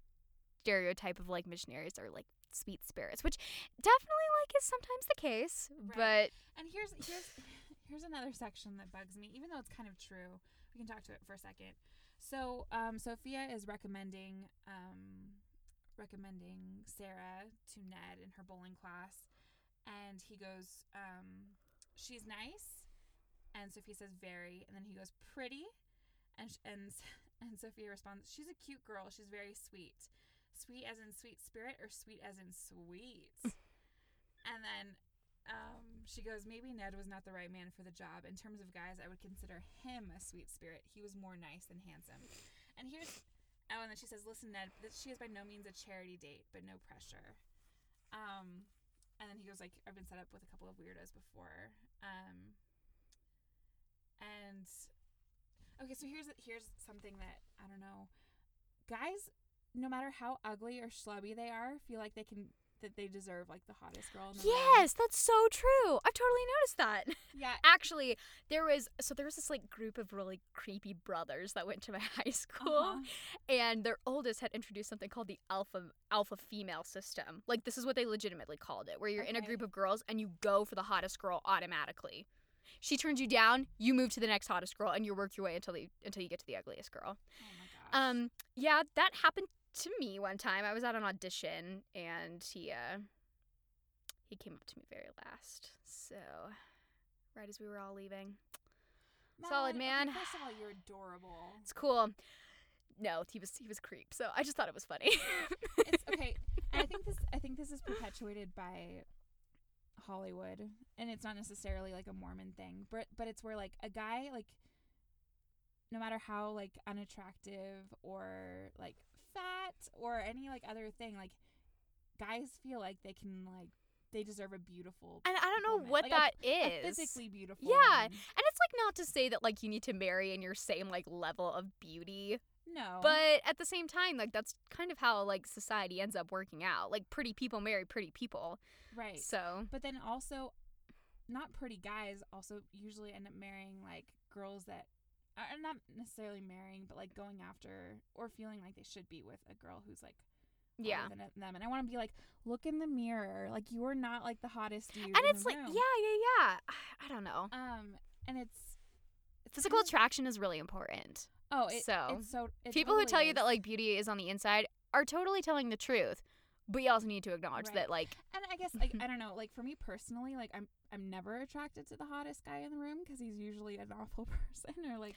stereotype of like missionaries are like sweet spirits, which definitely like is sometimes the case. Right. And here's here's here's another section that bugs me, even though it's kind of true. We can talk to it for a second. So, um, Sophia is recommending um, recommending Sarah to Ned in her bowling class, and he goes, um, "She's nice," and Sophia says, "Very," and then he goes, "Pretty," and sh- and s- and Sophia responds, "She's a cute girl. She's very sweet." Sweet as in sweet spirit or sweet as in sweet? and then um, she goes, maybe Ned was not the right man for the job. In terms of guys, I would consider him a sweet spirit. He was more nice than handsome. And here's, oh, and then she says, listen, Ned, this, she is by no means a charity date, but no pressure. Um, and then he goes, like, I've been set up with a couple of weirdos before. Um, and okay, so here's here's something that I don't know. Guys, no matter how ugly or schlubby they are, feel like they can that they deserve like the hottest girl. In But the world. yes, that's so true. I've totally noticed that. Yeah. Actually, there was so there was this like group of really creepy brothers that went to my high school. uh-huh. and their oldest had introduced something called the alpha alpha female system. Like this is what they legitimately called it, where you're in a Okay. group of girls and you go for the hottest girl automatically. She turns you down, you move to the next hottest girl, and you work your way until you, until you get to the ugliest girl. Oh my gosh. Um, yeah, that happened to me one time. I was at an audition, and he uh, he came up to me very last. So, right as we were all leaving, Madeline, solid man. okay, first of all, you're adorable. it's cool. No, he was he was a creep. So I just thought it was funny. It's okay. and I think this I think this is perpetuated by Hollywood, and it's not necessarily like a Mormon thing, but but it's where like a guy like no matter how like unattractive or like fat or any like other thing, like guys feel like they can like they deserve a beautiful And I don't know woman. what Like, that a is. physically beautiful Yeah. woman. And it's like not to say that like you need to marry in your same like level of beauty, no but at the same time like that's kind of how like society ends up working out. Like pretty people marry pretty people. right So But then also, not pretty guys also usually end up marrying like girls that are not necessarily marrying, but like going after or feeling like they should be with a girl who's like hotter yeah. than them. And I want to be like, look in the mirror, like you are not like the hottest dude. And it's like yeah, yeah, yeah. I- I don't know. um, and it's it's Physical kind attraction is really important. of- oh, it, so, it's so it People who totally tell you is. that like beauty is on the inside are totally telling the truth. But you also need to acknowledge Right. that like And I guess like I don't know, like for me personally, like I'm I'm never attracted to the hottest guy in the room because he's usually an awful person or like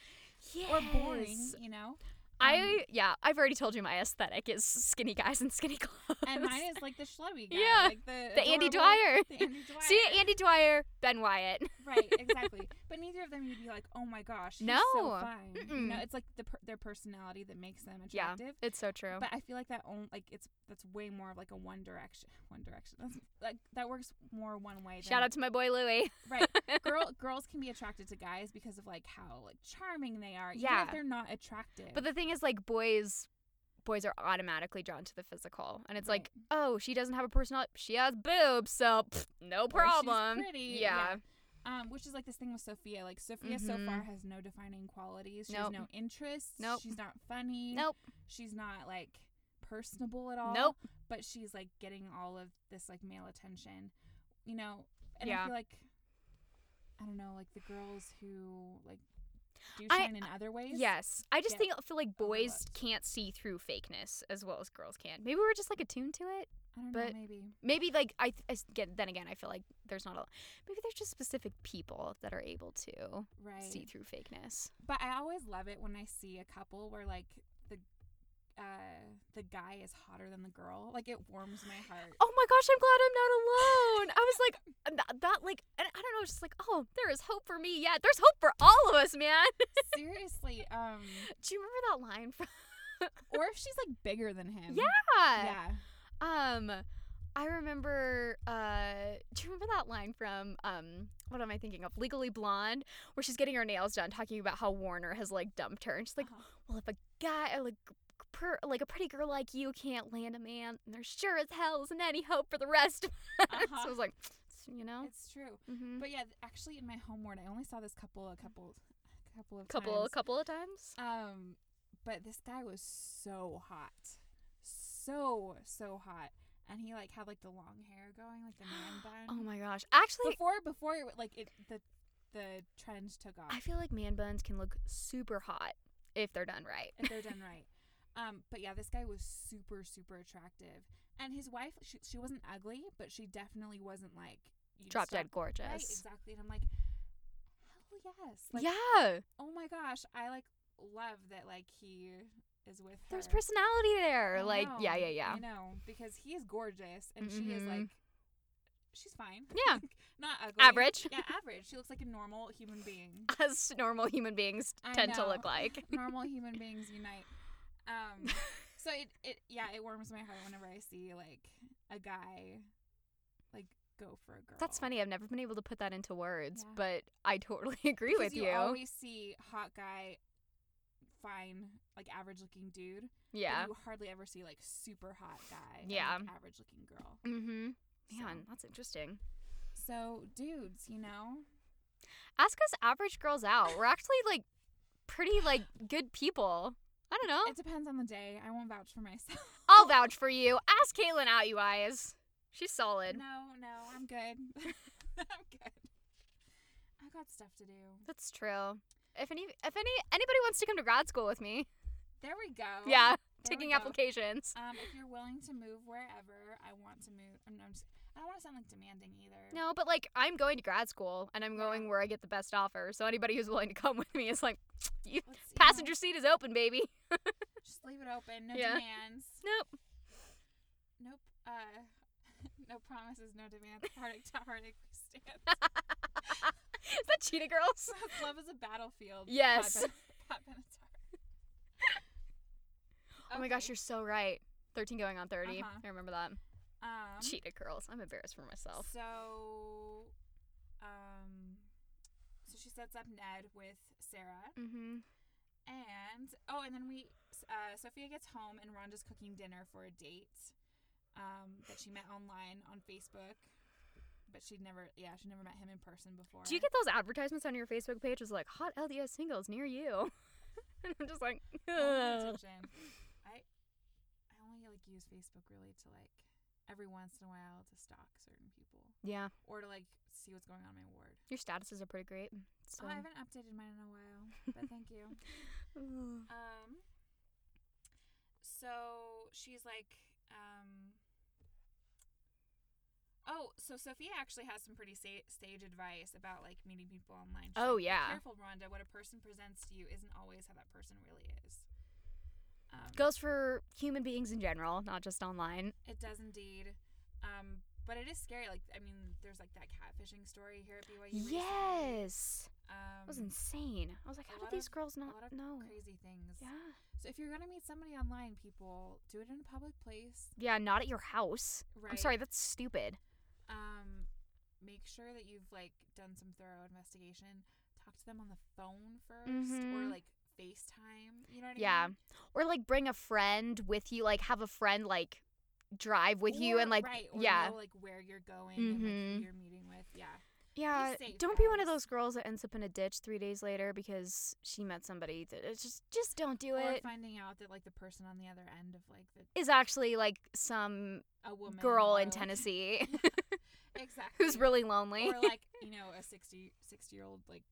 or boring, yes. you know. Um, I yeah, I've already told you my aesthetic is skinny guys and skinny clothes. and mine is like the schlubby guy, Yeah. like the the Andy adorable- Dwyer. the Andy Dwyer. See Andy Dwyer, Ben Wyatt. right, exactly. But neither of them you'd be like, oh my gosh, he's so No. fine. You Mm-mm. know, it's like the per- their personality that makes them Yeah, attractive. it's so true. But I feel like that only like it's that's way more of like a one direction, one direction. That's like that works more one way. Shout out to my boy Louie. right. Girl, girls can be attracted to guys because of like how like charming they are. even if Yeah. they're not attractive. But the thing is, like boys, boys are automatically drawn to the physical, and it's like, oh, she doesn't have a personality. She has boobs, so pff, no Or she's problem. pretty, Yeah. Um, which is like this thing with Sophia. Like Sophia so Mhm. far has no defining qualities. She has Nope. no interests. Nope. She's not funny. Nope. She's not like personable at all. Nope. But she's like getting all of this like male attention. You know, and I Yeah. feel like I don't know, like the girls who like do I- shine in other ways. Yes, I just get think feel Oh like boys overlooked. can't see through fakeness as well as girls can. Maybe we're just like attuned to it. I don't but- know, maybe. Maybe like I, th- I s- get then again I feel like there's not a maybe there's just specific people that are able to Right. see through fakeness. But I always love it when I see a couple where like the uh the guy is hotter than the girl. Like it warms my heart. oh my gosh, I'm glad I'm not alone. I was like, and that, that like, and I don't know, just like, oh, there is hope for me. Yeah, there's hope for all of us, man. Seriously, um Do you remember that line from? or if she's like bigger than him. Yeah. Yeah. Um, I remember. Uh, do you remember that line from um, what am I thinking of? Legally Blonde, where she's getting her nails done, talking about how Warner has like dumped her, and she's like, Uh-huh. "Well, if a guy like." Per, like a pretty girl like you can't land a man, and there sure as hell isn't any hope for the rest. of us." Uh-huh. so I was like, you know, It's true. mm-hmm. But yeah, th- actually, in my homework, I only saw this couple a couple, a couple of couple times. couple of times. Um, but this guy was so hot, so so hot, and he like had like the long hair going, like the man Oh bun. my gosh! Actually, before before it, like it the the trend took off I feel like man buns can look super hot if they're done right. if they're done right. Um, but yeah, this guy was super super attractive, and his wife she she wasn't ugly, but she definitely wasn't like you Drop stop- dead gorgeous. Right, exactly. And I'm like, hell yes, like yeah, oh my gosh, I like love that like he is with her. there's personality there. I like, yeah, know, yeah, yeah. I know because he is gorgeous and she is Mhm. like, she's fine. Yeah. not ugly. Average. Yeah, average. She looks like a normal human being. As normal human beings I tend to know. look like. normal human beings unite. Um, so it it yeah it warms my heart whenever I see like a guy, like go for a girl. That's funny. I've never been able to put that into words, Yeah. but I totally agree Because with you. always see hot guy, fine like average looking dude. but yeah. you hardly ever see like super hot guy. and, Yeah. like, average looking girl. mm-hmm. So- Man, that's interesting. So dudes, you know. Ask us average girls out. We're actually like pretty like good people. I don't know. It depends on the day. I won't vouch for myself. I'll vouch for you. Ask Caitlin out, you guys. She's solid. No, no, I'm good. I'm good. I've got stuff to do. That's true. If any if any anybody wants to come to grad school with me, There we go. Oh, yeah, There we taking go. applications. Um, if you're willing to move wherever, I want to move. I'm, I'm just, I don't want to sound like demanding either. No, but like I'm going to grad school and I'm Yeah. going where I get the best offer. So anybody who's willing to come with me is like Let's, you, you know, passenger seat is open, baby. just leave it open. No Yeah. demands. Nope. Nope. Uh, no promises. No demands. Heartache to heartache we stand. is that Cheetah Girls? Love is a battlefield. Pat Yes. Ben- Pat Benatar. Oh my gosh, Okay. you're so right. 13 going on 30. Uh-huh. I remember that. Um, Cheetah Girls. I'm embarrassed for myself. So, um, so she sets up Ned with Sarah, Mhm. and oh, and then we, uh, Sophia gets home, and Rhonda's cooking dinner for a date, um, that she met online on Facebook, but she'd never, yeah, she never met him in person before. Do you get those advertisements on your Facebook page? It's like hot LDS singles near you. and I'm just like, I don't pay ugh. attention. I, I only like use Facebook really to like every once in a while to stalk certain people yeah, or to like see what's going on in my ward. your statuses are pretty great. So. Oh, I haven't updated mine in a while, but thank you. Ugh. Um, so she's like, um, oh, so Sophia actually has some pretty sa- sage advice about like meeting people online. She's Oh, like, "Be yeah. careful, Rhonda. What a person presents to you isn't always how that person really is. Um, Goes for human beings in general, not just online. It does indeed. Um, but it is scary. Like, I mean, there's like that catfishing story here at BYU. recently. Yes. um, That was insane. I was like, a how lot did these of- girls a not lot of know? crazy things. Yeah. So if you're gonna meet somebody online, people do it in a public place. Yeah, not at your house. Right. I'm sorry, that's stupid. Um, make sure that you've like done some thorough investigation. Talk to them on the phone 1st or Mhm. like FaceTime. You know what I Yeah. mean? Or like bring a friend with you, like have a friend like drive with you Or- and like right, or yeah. know, like where you're going and like, who Mhm. you're meeting with. Yeah. Yeah, safe, don't be one of guys. those girls that ends up in a ditch 3 days later because she met somebody that it's just just don't do Or it. finding out that like the person on the other end of like the Is actually like some a woman girl or, in like- Tennessee exactly who's really lonely. or like you know a 60, 60 year old like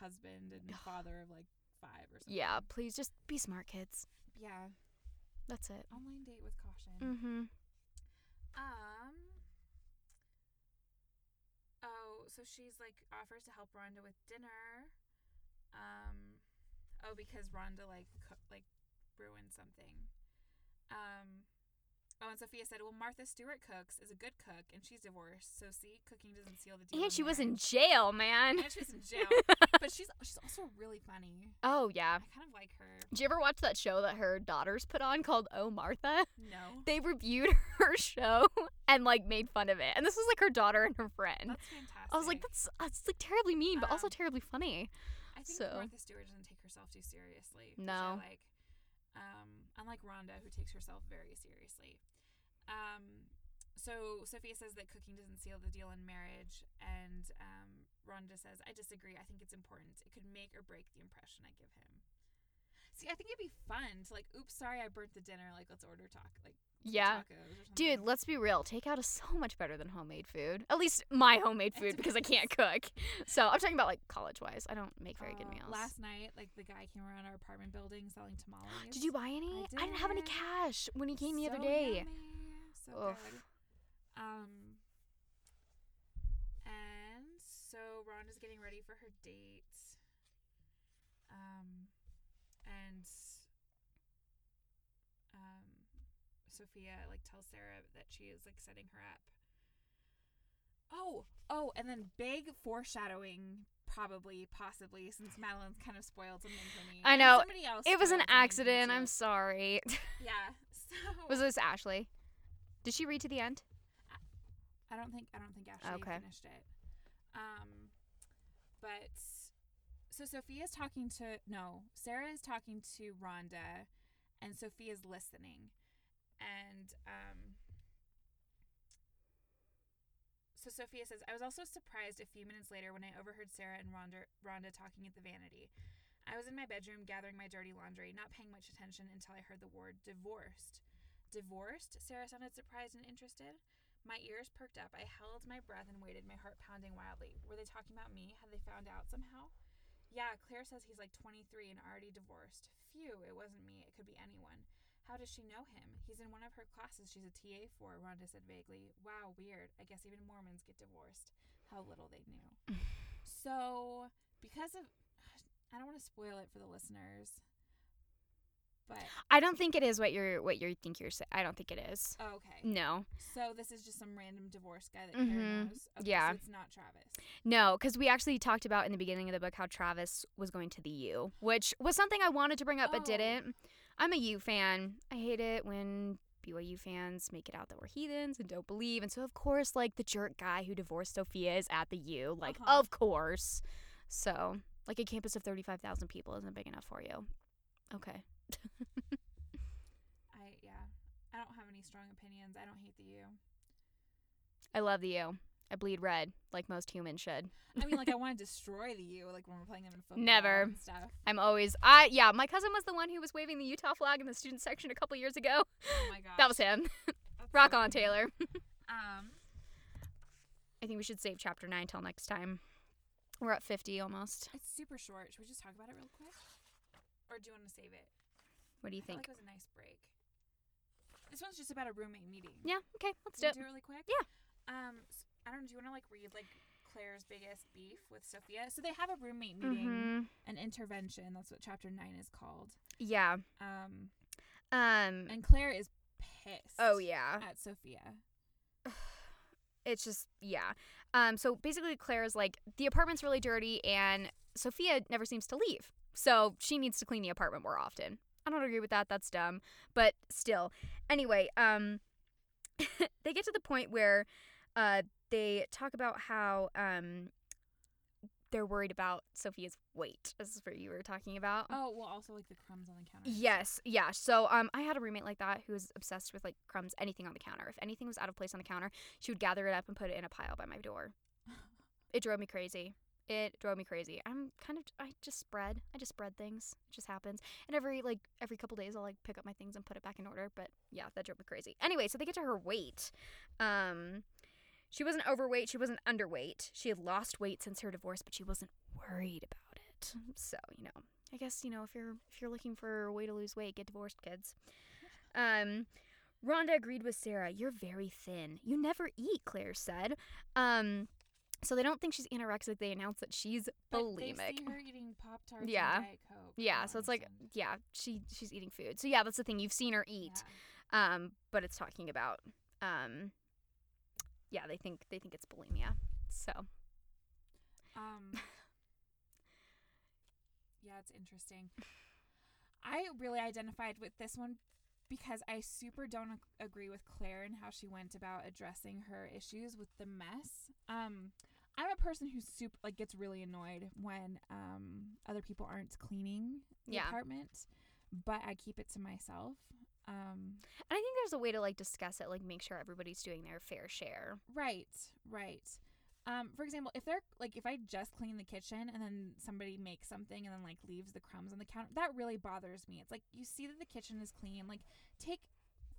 husband and father of like five or something. yeah, please just be smart kids. Yeah. That's it. Online date with caution. Mhm. Um. Oh, so she's like offers to help Rhonda with dinner. Um. Oh, because Rhonda like cook, like ruined something. Um. Oh, and Sophia said, "Well, Martha Stewart cooks is a good cook, and she's divorced. So see, cooking doesn't seal the deal." And she was in marriage." jail, man. And she was in jail, but she's she's also really funny. Oh yeah. I kind of like her. Did you ever watch that show that her daughters put on called Oh Martha? No. They reviewed her show and like made fun of it. And this was like her daughter and her friend. That's fantastic. I was like, that's that's like terribly mean, but also Um, terribly funny. I think so- Martha Stewart doesn't take herself too seriously. which I No. like, um, unlike Rhonda, who takes herself very seriously. Um, so Sophia says that cooking doesn't seal the deal in marriage, and um, Rhonda says, "I disagree. I think it's important. It could make or break the impression I give him." See, I think it'd be fun to like, "Oops, sorry, I burnt the dinner. Like, let's order talk like Yeah. tacos or something." Dude, let's be real. Takeout is so much better than homemade food. At least my homemade It food because I can't cook. So I'm talking about like college wise. I don't make very good Uh, meals. Last night, like the guy came around our apartment building selling tamales. did you buy any? I, didn't have any did. cash when he came the other So day. yummy, So Oof. good. Um, and so Rhonda's getting ready for her date. Um, and um, Sophia like tells Sarah that she is like setting her up. Oh, oh, and then big foreshadowing, probably, possibly, since Madeline's kind of spoiled something for me. I And know. somebody else It was spoiled something for an me, accident. I'm too. sorry. yeah. So was this Ashley? Did she read to the end? I don't think I don't think Ashley Okay. finished it. Um, but so Sophia's talking to no, Sarah is talking to Rhonda, and Sophia's listening, and um. So Sophia says, I was also surprised a few minutes later when I overheard Sarah and Rhonda, Rhonda talking at the vanity. I was in my bedroom gathering my dirty laundry, not paying much attention until I heard the word divorced. Divorced? Sarah sounded surprised and interested. My ears perked up. I held my breath and waited, my heart pounding wildly. Were they talking about me? Had they found out somehow? Yeah, Claire says he's like 23 and already divorced. Phew, it wasn't me. It could be anyone. How does she know him? He's in one of her classes she's a TA for, Rhonda said vaguely. Wow, weird. I guess even Mormons get divorced. How little they knew. so, because of. I don't want to spoil it for the listeners. But, I don't think it is what you're what you think you're saying. I don't think it is. okay. No. So this is just some random divorce guy that Claire Mhm. knows. Okay, Yeah. so it's not Travis. No, because we actually talked about in the beginning of the book how Travis was going to the U, which was something I wanted to bring up Oh. but didn't. I'm a U fan. I hate it when BYU fans make it out that we're heathens and don't believe. And so, of course, like the jerk guy who divorced Sophia is at the U. Like, Uh-huh. of course. So, like a campus of 35,000 people isn't big enough for you. Okay. I yeah. I don't have any strong opinions. I don't hate the U. I love the U. I bleed red, like most humans should. I mean, like I want to destroy the U, like when we're playing them in football. Never. And stuff. I'm always, I yeah. My cousin was the one who was waving the Utah flag in the student section a couple years ago. Oh my god. That was him. That's Rock so on, funny. Taylor. Um. I think we should save chapter nine till next time. We're at 50 almost. It's super short. Should we just talk about it real quick, or do you want to save it? What do I you felt think? like it was a nice break. This one's just about a roommate meeting. Yeah, okay, let's do Can we do it. it really quick? Yeah. Um. s I don't know. Do you want to like read like Claire's biggest beef with Sophia? So they have a roommate meeting, hmm an intervention. That's what chapter nine is called. Yeah. Um. Um. And Claire is pissed. Oh yeah. At Sophia. It's just yeah. Um. So basically, Claire's like the apartment's really dirty, and Sophia never seems to leave, so she needs to clean the apartment more often. I don't agree with that. That's dumb, but still. Anyway, um, they get to the point where, uh, they talk about how um. They're worried about Sophia's weight. This is what you were talking about. Oh well, also like the crumbs on the counter. and stuff. Yes, yeah. So um, I had a roommate like that who was obsessed with like crumbs, anything on the counter. If anything was out of place on the counter, she would gather it up and put it in a pile by my door. It drove me crazy. It drove me crazy. I'm kind of I just spread. I just spread things. It just happens. And every like every couple days, I'll like pick up my things and put it back in order. But yeah, that drove me crazy. Anyway, so they get to her weight. Um, she wasn't overweight. She wasn't underweight. She had lost weight since her divorce, but she wasn't worried about it. So you know, I guess you know if you're if you're looking for a way to lose weight, get divorced, kids. Um, Rhonda agreed with Sarah. You're very thin. You never eat, Claire said. Um, so they don't think she's anorexic. They announce that she's But they bulimic. see her eating Pop Tarts. Yeah. And Diet Coke. Yeah, Oh, I so it's like understand. yeah, she she's eating food. So yeah, that's the thing. You've seen her eat. Yeah. Um, but it's talking about um yeah, they think they think it's bulimia. So Um. yeah, it's interesting. I really identified with this one because I super don't ag- agree with Claire and how she went about addressing her issues with the mess. Um, I'm a person who super like gets really annoyed when um other people aren't cleaning the Yeah. apartment, but I keep it to myself. Um, And I think there's a way to like discuss it, like make sure everybody's doing their fair share. Right, right. Um, for example, if they're like, if I just clean the kitchen and then somebody makes something and then like leaves the crumbs on the counter, that really bothers me. It's like you see that the kitchen is clean, like take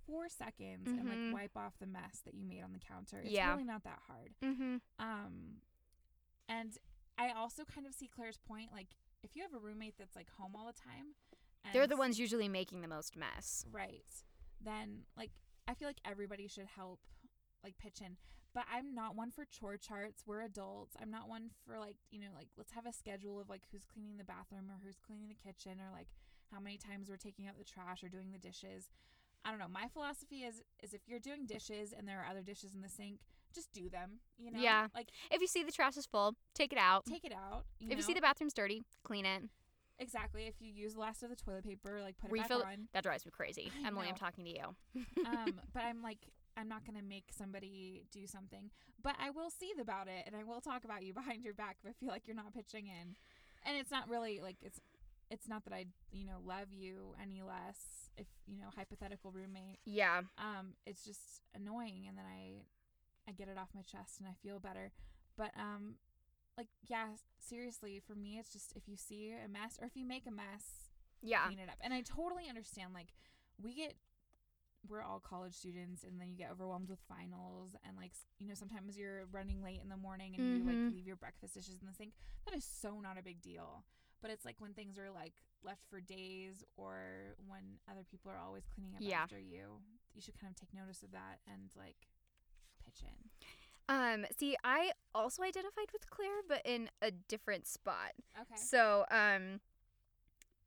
four seconds and Mhm. like wipe off the mess that you made on the counter. It's Yeah. really not that hard. Mm-hmm. Um, and I also kind of see Claire's point. Like, if you have a roommate that's like home all the time, and They're the ones usually making the most mess. right then like i feel like everybody should help like pitch in but i'm not one for chore charts we're adults i'm not one for like you know like let's have a schedule of like who's cleaning the bathroom or who's cleaning the kitchen or like how many times we're taking out the trash or doing the dishes i don't know my philosophy is is if you're doing dishes and there are other dishes in the sink just do them you know Yeah. like If you see the trash is full, take it out. take it out you if know? you see the bathroom's dirty, clean it. exactly if you use the last of the toilet paper like put Refill it it. back on That drives me crazy. I Emily, I'm know. talking to you. um, but I'm like, I'm not gonna make somebody do something. But I will seethe about it, and I will talk about you behind your back if I feel like you're not pitching in. And it's not really like it's, it's not that I you know love you any less if you know hypothetical roommate. Yeah. Um, it's just annoying, and then I, I get it off my chest, and I feel better. But um, like yeah, seriously, for me, it's just if you see a mess or if you make a mess, Yeah. clean it up. And I totally understand. Like, we get, we're all college students, and then you get overwhelmed with finals, and like, s- you know, sometimes you're running late in the morning and you Mhm. like leave your breakfast dishes in the sink. That is so not a big deal. But it's like when things are like left for days, or when other people are always cleaning up Yeah. after you, you should kind of take notice of that and like pitch in. Um, see, I also identified with Claire, but in a different spot. Okay. So, um,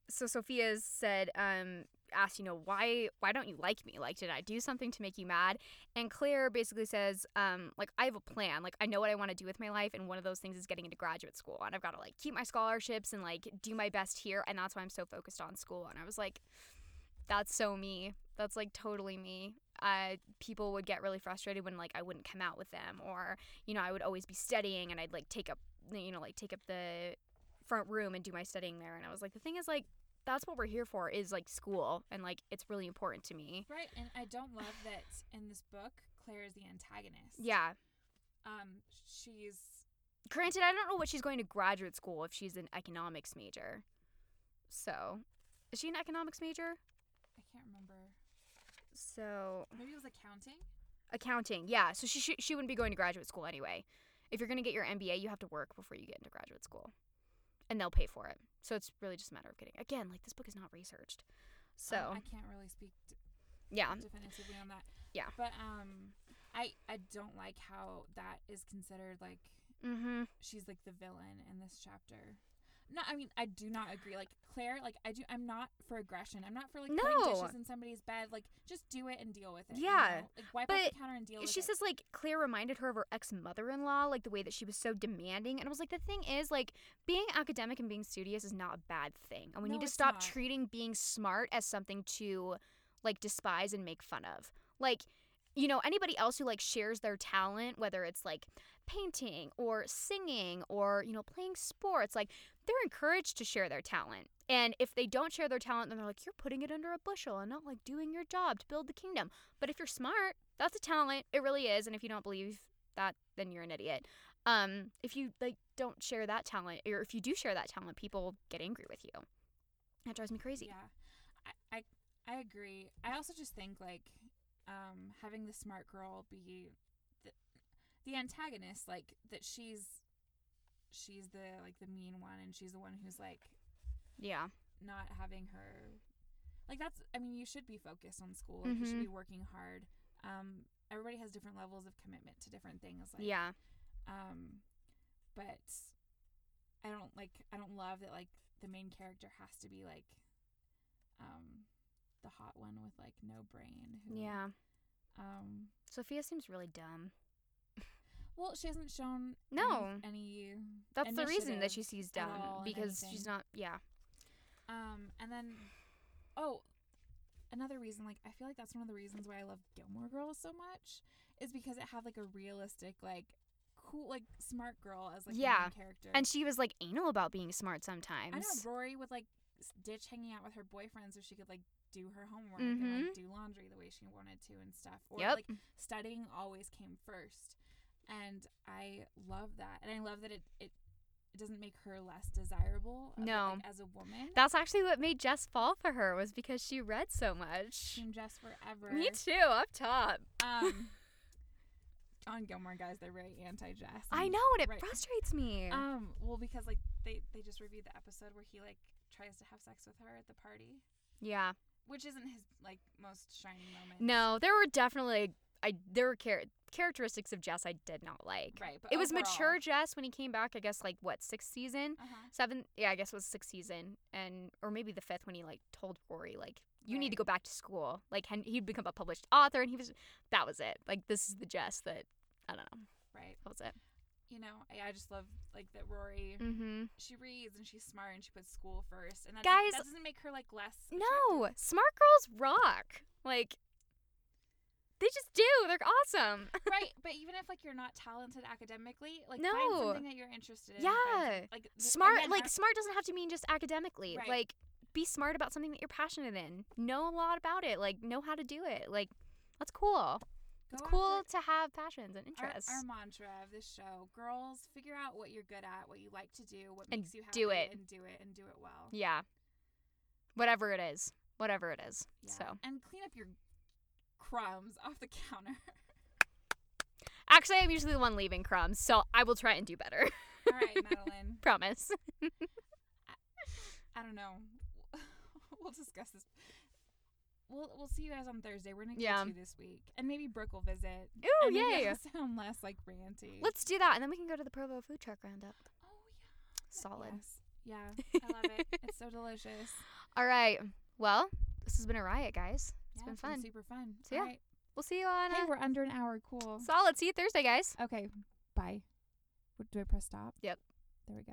so Sophia's said, um, asked, you know, why, why don't you like me? Like, did I do something to make you mad? And Claire basically says, um, like, I have a plan. Like, I know what I want to do with my life, and one of those things is getting into graduate school, and I've got to like keep my scholarships and like do my best here, and that's why I'm so focused on school. And I was like, that's so me. That's like totally me. Uh, people would get really frustrated when like I wouldn't come out with them, or you know, I would always be studying, and I'd like take up, you know, like take up the front room and do my studying there. And I was like, the thing is like. That's what we're here for is like school and like it's really important to me. Right, and I don't love that in this book, Claire is the antagonist. Yeah. Um, she's Granted, I don't know what she's going to graduate school if she's an economics major. So, is she an economics major? I can't remember. So, Maybe it was accounting. accounting. Yeah, so she she, she wouldn't be going to graduate school anyway. If you're going to get your MBA, you have to work before you get into graduate school. And they'll pay for it. So it's really just a matter of getting. Again, like this book is not researched. So, Um, I can't really speak d- yeah. definitively on that. Yeah. But um, I I don't like how that is considered like Mhm. she's like the villain in this chapter. No, I mean I do not agree. Like Claire, like I do. I'm not for aggression. I'm not for like No. putting dishes in somebody's bed. Like just do it and deal with it. you Yeah. know? Like wipe off But the counter and deal with She it. says like Claire reminded her of her ex mother in law, like the way that she was so demanding. And I was like, the thing is, like, being academic and being studious is not a bad thing. And we No, need to it's stop not. treating being smart as something to like despise and make fun of. Like, you know, anybody else who like shares their talent, whether it's like painting or singing or, you know, playing sports, like they're encouraged to share their talent. And if they don't share their talent, then they're like, you're putting it under a bushel and not like doing your job to build the kingdom. But if you're smart, that's a talent. It really is. And if you don't believe that, then you're an idiot. Um, if you like don't share that talent, or if you do share that talent, people get angry with you. That drives me crazy. Yeah, I, I I agree. I also just think like um, having the smart girl be the, the antagonist, like that she's she's the like the mean one, and she's the one who's like Yeah. not having her like that's. I mean, you should be focused on school. Like You should Mhm. be working hard. Um, everybody has different levels of commitment to different things. Like, yeah. um, but I don't like. I don't love that. Like the main character has to be like, um, the hot one with like no brain. Who, Yeah. Um. Sophia seems really dumb. Well, she hasn't shown any- No. any. That's the reason that she initiative sees at dumb all in because anything. she's not. Yeah. Um. And then, oh, another reason, like I feel like that's one of the reasons why I love Gilmore Girls so much, is because it had like a realistic, like cool, like smart girl as like the main Yeah. character. And she was like anal about being smart sometimes. I know Rory would like s- ditch hanging out with her boyfriend so she could like do her homework and like do laundry the way she wanted to and stuff. Or Mm-hmm. Yep. like studying always came first. And I love that. And I love that it it, it doesn't make her less desirable uh, but, No. like, as a woman. That's actually what made Jess fall for her was because she read so much. Team Jess forever. Me too, up top. Um on Gilmore guys, they're very anti Jess. I know, and it frustrates me. Mm, Um, well because like they, they just reviewed the episode where he like tries to have sex with her at the party. yeah. which isn't his like most shining moment. No, there were definitely I there were char- characteristics of Jess I did not like. right, but It was overall- mature Jess when he came back, I guess like what, sixth season? Uh-huh. Seventh yeah, I guess it was sixth season and or maybe the fifth when he like told Rory like you need to Right. go back to school. Like hen- he'd become a published author and he was that was it. Like this is the Jess that I don't know. Right, That was it. you know, I, I just love like that Rory. Mhm. She reads and she's smart and she puts school first, and that's, Guys- that doesn't make her like less. No, smart girls rock. Like they just do. They're awesome. attractive. right, but even if like you're not talented academically, like find No. something that you're interested in. find Yeah. some- like th- and Smart then like ask- smart doesn't have to mean just academically. Right. Like be smart about something that you're passionate in. Know a lot about it. Like know how to do it. Like that's cool. go It's after cool to have passions and Our, interests. our mantra of this show: girls, figure out what you're good at, what you like to do, what And makes you happy, do it. and do it, and do it well. yeah. Whatever it is. Whatever it is. Yeah. So and clean up your crumbs off the counter. actually I'm usually the one leaving crumbs, so I will try and do better. All right, Madeline. Promise. I don't know. we'll discuss this. We'll we'll see you guys on Thursday. We're gonna get Yeah. you this week, and maybe Brooke will visit. Ooh, and maybe yay. I'll sound less like ranty. Let's do that and then we can go to the Provo food truck roundup. Oh Solid. yeah. Yes. Yeah. I love it. It's so delicious. All right. Well, this has been a riot, guys. It's been fun. super fun. So, yeah, All right. We'll see you on Hey, uh, we're under an hour. Cool. solid. See you Thursday, guys. Okay. Bye. What- Do I press stop? Yep. There we go.